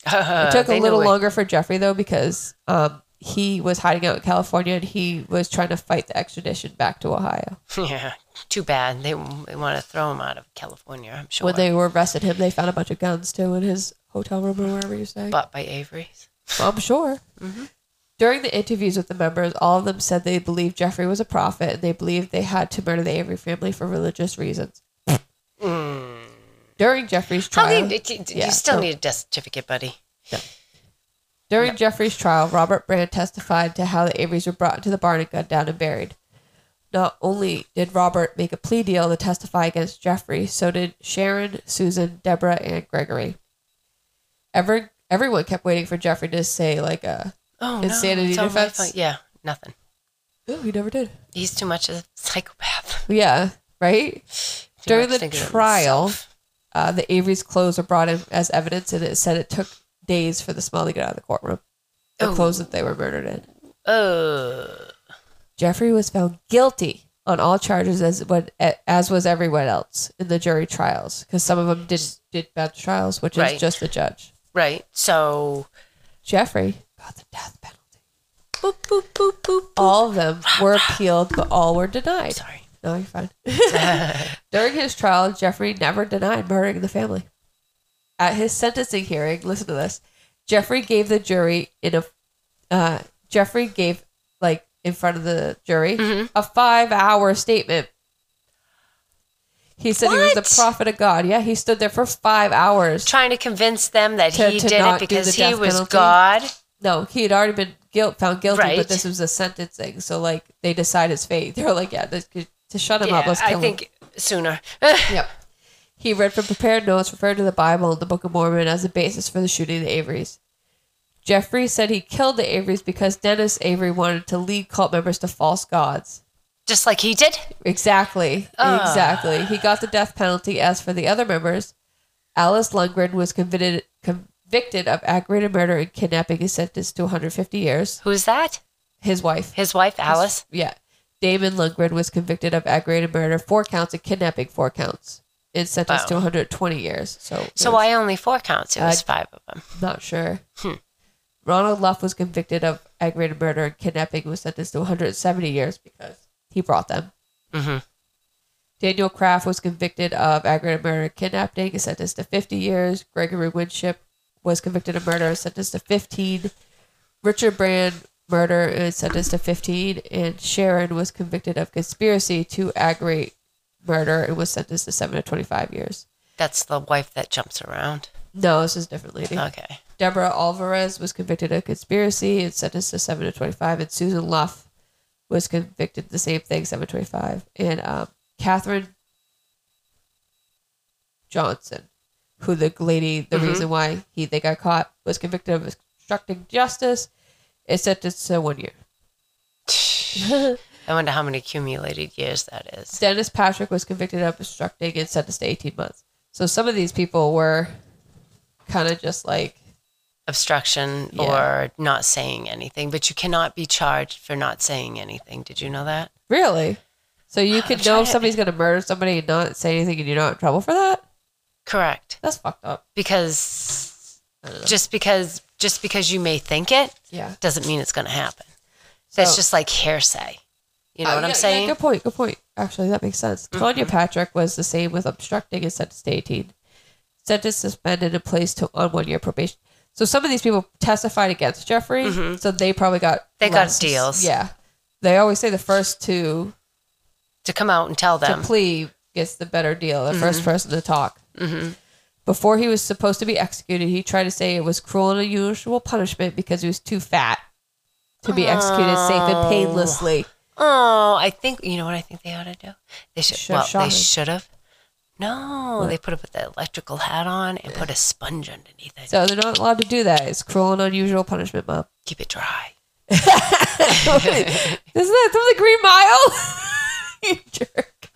[SPEAKER 1] It took
[SPEAKER 2] Uh, They
[SPEAKER 1] a
[SPEAKER 2] knew
[SPEAKER 1] little
[SPEAKER 2] it.
[SPEAKER 1] longer for Jeffrey though because um, he was hiding out in California and he was trying to fight the extradition back to Ohio.
[SPEAKER 2] Yeah. Too bad. They, they want to throw him out of California, I'm sure.
[SPEAKER 1] When they were arrested him, they found a bunch of guns too in his hotel room or wherever you're staying.
[SPEAKER 2] Bought by Avery's.
[SPEAKER 1] I'm sure. During the interviews with the members, all of them said they believed Jeffrey was a prophet and they believed they had to murder the Avery family for religious reasons. Mm. During Jeffrey's
[SPEAKER 2] How
[SPEAKER 1] trial,
[SPEAKER 2] they- you, you
[SPEAKER 1] Yeah,
[SPEAKER 2] still
[SPEAKER 1] so-
[SPEAKER 2] need a death certificate, buddy.
[SPEAKER 1] During Jeffrey's trial, Robert Brand testified to how the Averys were brought into the barn and gunned down and buried. Not only did Robert make a plea deal to testify against Jeffrey, so did Sharon, Susan, Deborah, and Gregory. Ever, everyone kept waiting for Jeffrey to say, like, uh,
[SPEAKER 2] Oh,
[SPEAKER 1] Insanity
[SPEAKER 2] no. it's all my
[SPEAKER 1] defense?
[SPEAKER 2] fault. Yeah, nothing.
[SPEAKER 1] no, Oh, he never did.
[SPEAKER 2] He's too much of a psychopath.
[SPEAKER 1] Yeah, right?
[SPEAKER 2] Too
[SPEAKER 1] During
[SPEAKER 2] much
[SPEAKER 1] the
[SPEAKER 2] thinking of
[SPEAKER 1] trial,
[SPEAKER 2] himself.
[SPEAKER 1] uh, the Avery's clothes were brought in as evidence, and it said it took days for the smell to get out of the courtroom. The
[SPEAKER 2] Oh.
[SPEAKER 1] clothes that they were murdered in.
[SPEAKER 2] Oh,
[SPEAKER 1] Jeffrey was found guilty on all charges as what as was everyone else in the jury trials because some of them did did bench trials, which
[SPEAKER 2] Right.
[SPEAKER 1] is just the judge.
[SPEAKER 2] right. So
[SPEAKER 1] Jeffrey got the death penalty. All of them were appealed, but all were denied.
[SPEAKER 2] sorry.
[SPEAKER 1] No, you're fine. During his trial, Jeffrey never denied murdering the family. At his sentencing hearing, listen to this. Jeffrey gave the jury in a uh, Jeffrey gave like in front of the jury
[SPEAKER 2] Mm-hmm.
[SPEAKER 1] a five hour statement. He said he was
[SPEAKER 2] What?
[SPEAKER 1] the prophet of God. Yeah, he stood there for five hours.
[SPEAKER 2] Trying to convince them that
[SPEAKER 1] To-
[SPEAKER 2] he
[SPEAKER 1] to
[SPEAKER 2] did
[SPEAKER 1] not
[SPEAKER 2] it
[SPEAKER 1] do
[SPEAKER 2] because
[SPEAKER 1] the
[SPEAKER 2] he
[SPEAKER 1] death
[SPEAKER 2] was
[SPEAKER 1] penalty?
[SPEAKER 2] God.
[SPEAKER 1] No, he had already been guilt found guilty,
[SPEAKER 2] Right.
[SPEAKER 1] but this was a sentencing. So like they decide his fate. They're like, yeah, this, to shut him
[SPEAKER 2] Yeah,
[SPEAKER 1] up, let's kill
[SPEAKER 2] I
[SPEAKER 1] him.
[SPEAKER 2] think sooner.
[SPEAKER 1] Yep. He read from prepared notes, referred to the Bible and the Book of Mormon as the basis for the shooting of the Averys. Jeffrey said he killed the Averys because Dennis Avery wanted to lead cult members to false gods.
[SPEAKER 2] Just like he did.
[SPEAKER 1] Exactly.
[SPEAKER 2] Ah.
[SPEAKER 1] Exactly. He got the death penalty. As for the other members, Alice Lundgren was convicted convicted of aggravated murder and kidnapping and sentenced to 150 years.
[SPEAKER 2] Who's that?
[SPEAKER 1] His wife,
[SPEAKER 2] His wife, Alice.
[SPEAKER 1] yeah, Damon Lundgren was convicted of aggravated murder, four counts, and kidnapping, four counts, and sentenced to
[SPEAKER 2] Wow.
[SPEAKER 1] 120 years. So,
[SPEAKER 2] Oh. So
[SPEAKER 1] there's-
[SPEAKER 2] why Hmm. only four counts? It was five of them.
[SPEAKER 1] Not sure. Ronald Luff was convicted of aggravated murder and kidnapping and was sentenced to 170 years because he brought them.
[SPEAKER 2] Mhm.
[SPEAKER 1] Daniel Kraft was convicted of aggravated murder and kidnapping and sentenced to 50 years. Gregory Winship was convicted of murder and sentenced to 15. Richard Brand, murder and sentenced to 15. And Sharon was convicted of conspiracy to aggravate murder and was sentenced to 7 to 25 years.
[SPEAKER 2] That's the wife that jumps around.
[SPEAKER 1] No, this is a different lady.
[SPEAKER 2] Okay.
[SPEAKER 1] Deborah Alvarez was convicted of conspiracy and sentenced to seven to twenty-five, and Susan Luff was convicted the same thing, seven to twenty-five, and um, Catherine Johnson, who the lady, the reason why he they got caught, was convicted of obstructing justice, and sentenced to one year.
[SPEAKER 2] I wonder how many accumulated years that is.
[SPEAKER 1] Dennis Patrick was convicted of obstructing and sentenced to 18 months. So some of these people were kind of just like
[SPEAKER 2] obstruction
[SPEAKER 1] Yeah.
[SPEAKER 2] or not saying anything, but you cannot be charged for not saying anything. Did you know that?
[SPEAKER 1] Really? So you
[SPEAKER 2] I'm
[SPEAKER 1] could know
[SPEAKER 2] trying
[SPEAKER 1] if
[SPEAKER 2] to-
[SPEAKER 1] somebody's going to murder somebody and not say anything and you're not in trouble for that?
[SPEAKER 2] Correct.
[SPEAKER 1] That's fucked up.
[SPEAKER 2] Because
[SPEAKER 1] I don't know.
[SPEAKER 2] just because just because you may think it
[SPEAKER 1] Yeah.
[SPEAKER 2] doesn't mean it's going to happen. That's
[SPEAKER 1] So-
[SPEAKER 2] just like hearsay. You know
[SPEAKER 1] Uh,
[SPEAKER 2] what
[SPEAKER 1] yeah,
[SPEAKER 2] I'm
[SPEAKER 1] yeah,
[SPEAKER 2] saying? Mm-hmm.
[SPEAKER 1] good point. Good point. Actually, that makes sense. Tanya Patrick was the same with obstructing and sentenced to 18. Sentence suspended and placed to on one year probation. So some of these people testified against Jeffrey, so they probably got
[SPEAKER 2] Mm-hmm. They got
[SPEAKER 1] less-
[SPEAKER 2] deals.
[SPEAKER 1] Yeah, they always say the first two
[SPEAKER 2] to come out and tell
[SPEAKER 1] to
[SPEAKER 2] them.
[SPEAKER 1] plea gets the better deal. The first person to talk. Before he was supposed to be executed, he tried to say it was cruel and unusual punishment because he was too fat to be executed safe and painlessly.
[SPEAKER 2] Oh, I think you know what I think they ought to do. They should.
[SPEAKER 1] Should've
[SPEAKER 2] well,
[SPEAKER 1] shot
[SPEAKER 2] they
[SPEAKER 1] him.
[SPEAKER 2] should have. No, they put up with the electrical hat on and put a sponge underneath it.
[SPEAKER 1] So they're not allowed to do that. It's cruel and unusual punishment, mom.
[SPEAKER 2] Keep it dry.
[SPEAKER 1] Isn't that from the Green Mile? you jerk.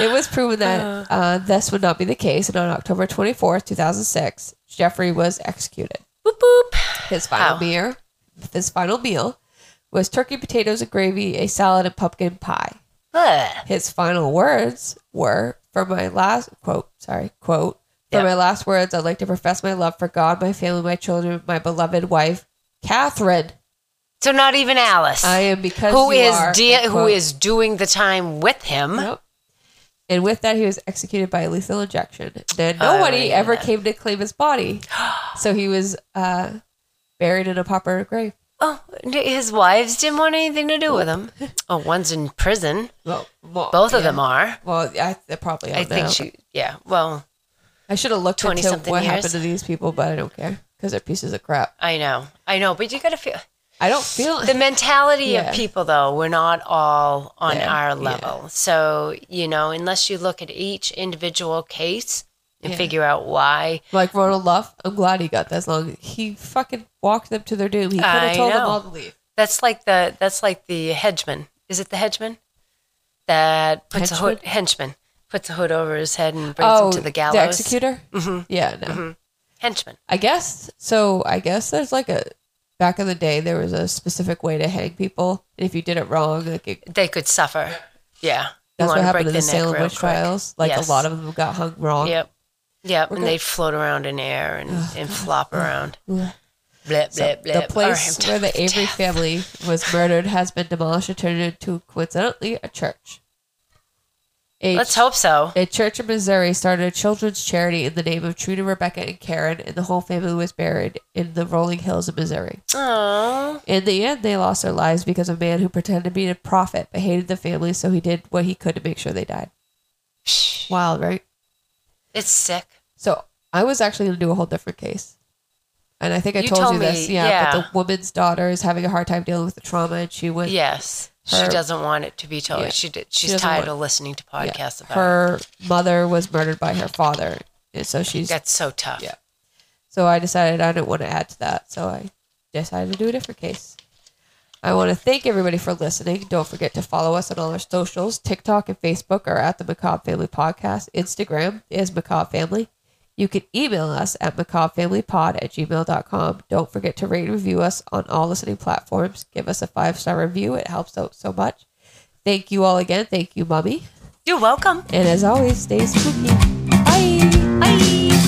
[SPEAKER 1] it was proven that uh, this would not be the case, and on October 24th, 2006, Jeffrey was executed.
[SPEAKER 2] Boop boop.
[SPEAKER 1] His final
[SPEAKER 2] How?
[SPEAKER 1] meal, his final meal, was turkey, potatoes, and gravy, a salad, and pumpkin pie.
[SPEAKER 2] Ugh.
[SPEAKER 1] His final words were, "For my last quote, sorry quote, for
[SPEAKER 2] Yeah.
[SPEAKER 1] my last words, I'd like to profess my love for God, my family, my children, my beloved wife, Catherine."
[SPEAKER 2] So not even Alice,
[SPEAKER 1] I am because
[SPEAKER 2] who
[SPEAKER 1] you
[SPEAKER 2] is
[SPEAKER 1] are,
[SPEAKER 2] de-
[SPEAKER 1] end
[SPEAKER 2] who
[SPEAKER 1] quote.
[SPEAKER 2] is doing the time with him.
[SPEAKER 1] Yep. And with that, he was executed by lethal injection. Then
[SPEAKER 2] I
[SPEAKER 1] nobody
[SPEAKER 2] already knew
[SPEAKER 1] ever
[SPEAKER 2] that.
[SPEAKER 1] came to claim his body, so he was uh, buried in a pauper grave.
[SPEAKER 2] Oh, n- his wives didn't want anything to do with him. Oh, one's in prison.
[SPEAKER 1] Well,
[SPEAKER 2] Both of them are.
[SPEAKER 1] Well, I th- probably.
[SPEAKER 2] I think she. Yeah. Well,
[SPEAKER 1] I should have looked into
[SPEAKER 2] 20-something
[SPEAKER 1] what
[SPEAKER 2] years.
[SPEAKER 1] happened to these people, but I don't care because they're pieces of crap.
[SPEAKER 2] I know. I know. But you got to feel.
[SPEAKER 1] I don't feel.
[SPEAKER 2] the mentality
[SPEAKER 1] Yeah.
[SPEAKER 2] of people though we're not all on
[SPEAKER 1] There, yeah.
[SPEAKER 2] our level so you know unless you look at each individual case and
[SPEAKER 1] Yeah.
[SPEAKER 2] figure out why
[SPEAKER 1] like Ronald Luff, I'm glad he got this long. He fucking walked them to their doom. He could have
[SPEAKER 2] I
[SPEAKER 1] told them
[SPEAKER 2] know.
[SPEAKER 1] all to leave.
[SPEAKER 2] that's like the that's like the hedgeman is it the hedgeman that puts a hood
[SPEAKER 1] Henchman?
[SPEAKER 2] henchman puts a hood over his head and brings him to the gallows
[SPEAKER 1] Oh,
[SPEAKER 2] Mm-hmm.
[SPEAKER 1] executor. Yeah, no.
[SPEAKER 2] henchman
[SPEAKER 1] I guess so. I guess there's like a back in the day there was a specific way to hang people, and if you did it wrong, like it,
[SPEAKER 2] they could suffer yeah You
[SPEAKER 1] that's what
[SPEAKER 2] wanna
[SPEAKER 1] happened in the
[SPEAKER 2] break neck
[SPEAKER 1] Salem
[SPEAKER 2] real
[SPEAKER 1] witch
[SPEAKER 2] quick.
[SPEAKER 1] trials. Like
[SPEAKER 2] Yes.
[SPEAKER 1] a lot of them got hung wrong.
[SPEAKER 2] yep yep
[SPEAKER 1] We're
[SPEAKER 2] and
[SPEAKER 1] go-
[SPEAKER 2] they'd float around in air and, and flop around
[SPEAKER 1] Ugh.
[SPEAKER 2] blip,
[SPEAKER 1] So
[SPEAKER 2] blip,
[SPEAKER 1] the
[SPEAKER 2] blip. All right,
[SPEAKER 1] place
[SPEAKER 2] I'm
[SPEAKER 1] where the
[SPEAKER 2] done with
[SPEAKER 1] Avery
[SPEAKER 2] death.
[SPEAKER 1] family was murdered has been demolished and turned into coincidentally a church. A
[SPEAKER 2] let's hope so
[SPEAKER 1] A church in Missouri started a children's charity in the name of Trina, Rebecca, and Karen, and the whole family was buried in the rolling hills of Missouri.
[SPEAKER 2] oh
[SPEAKER 1] In the end, they lost their lives because of a man who pretended to be a prophet but hated the family, so he did what he could to make sure they died. Wild, right?
[SPEAKER 2] It's sick.
[SPEAKER 1] So I was actually going to do a whole different case. And I think I
[SPEAKER 2] You
[SPEAKER 1] told,
[SPEAKER 2] told
[SPEAKER 1] you
[SPEAKER 2] me,
[SPEAKER 1] this. Yeah,
[SPEAKER 2] yeah.
[SPEAKER 1] But the woman's daughter is having a hard time dealing with the trauma, and she went.
[SPEAKER 2] Yes.
[SPEAKER 1] Her-
[SPEAKER 2] she doesn't want it to be told.
[SPEAKER 1] Yeah.
[SPEAKER 2] She did,
[SPEAKER 1] She
[SPEAKER 2] she's
[SPEAKER 1] doesn't
[SPEAKER 2] tired
[SPEAKER 1] want-
[SPEAKER 2] of listening to
[SPEAKER 1] yeah,
[SPEAKER 2] podcasts about it.
[SPEAKER 1] her mother was murdered by her father. And so she's.
[SPEAKER 2] That's so tough.
[SPEAKER 1] Yeah. So I decided I didn't want to add to that. So I decided to do a different case. I want to thank everybody for listening. Don't forget to follow us on all our socials. TikTok and Facebook are at the Macabre Family Podcast. Instagram is Macabre Family. You can email us at macabrefamilypod at gmail.com. Don't forget to rate and review us on all listening platforms. Give us a five star review, it helps out so much. Thank you all again. Thank you, Mummy.
[SPEAKER 2] You're welcome.
[SPEAKER 1] And as always, stay spooky. Bye.
[SPEAKER 2] Bye.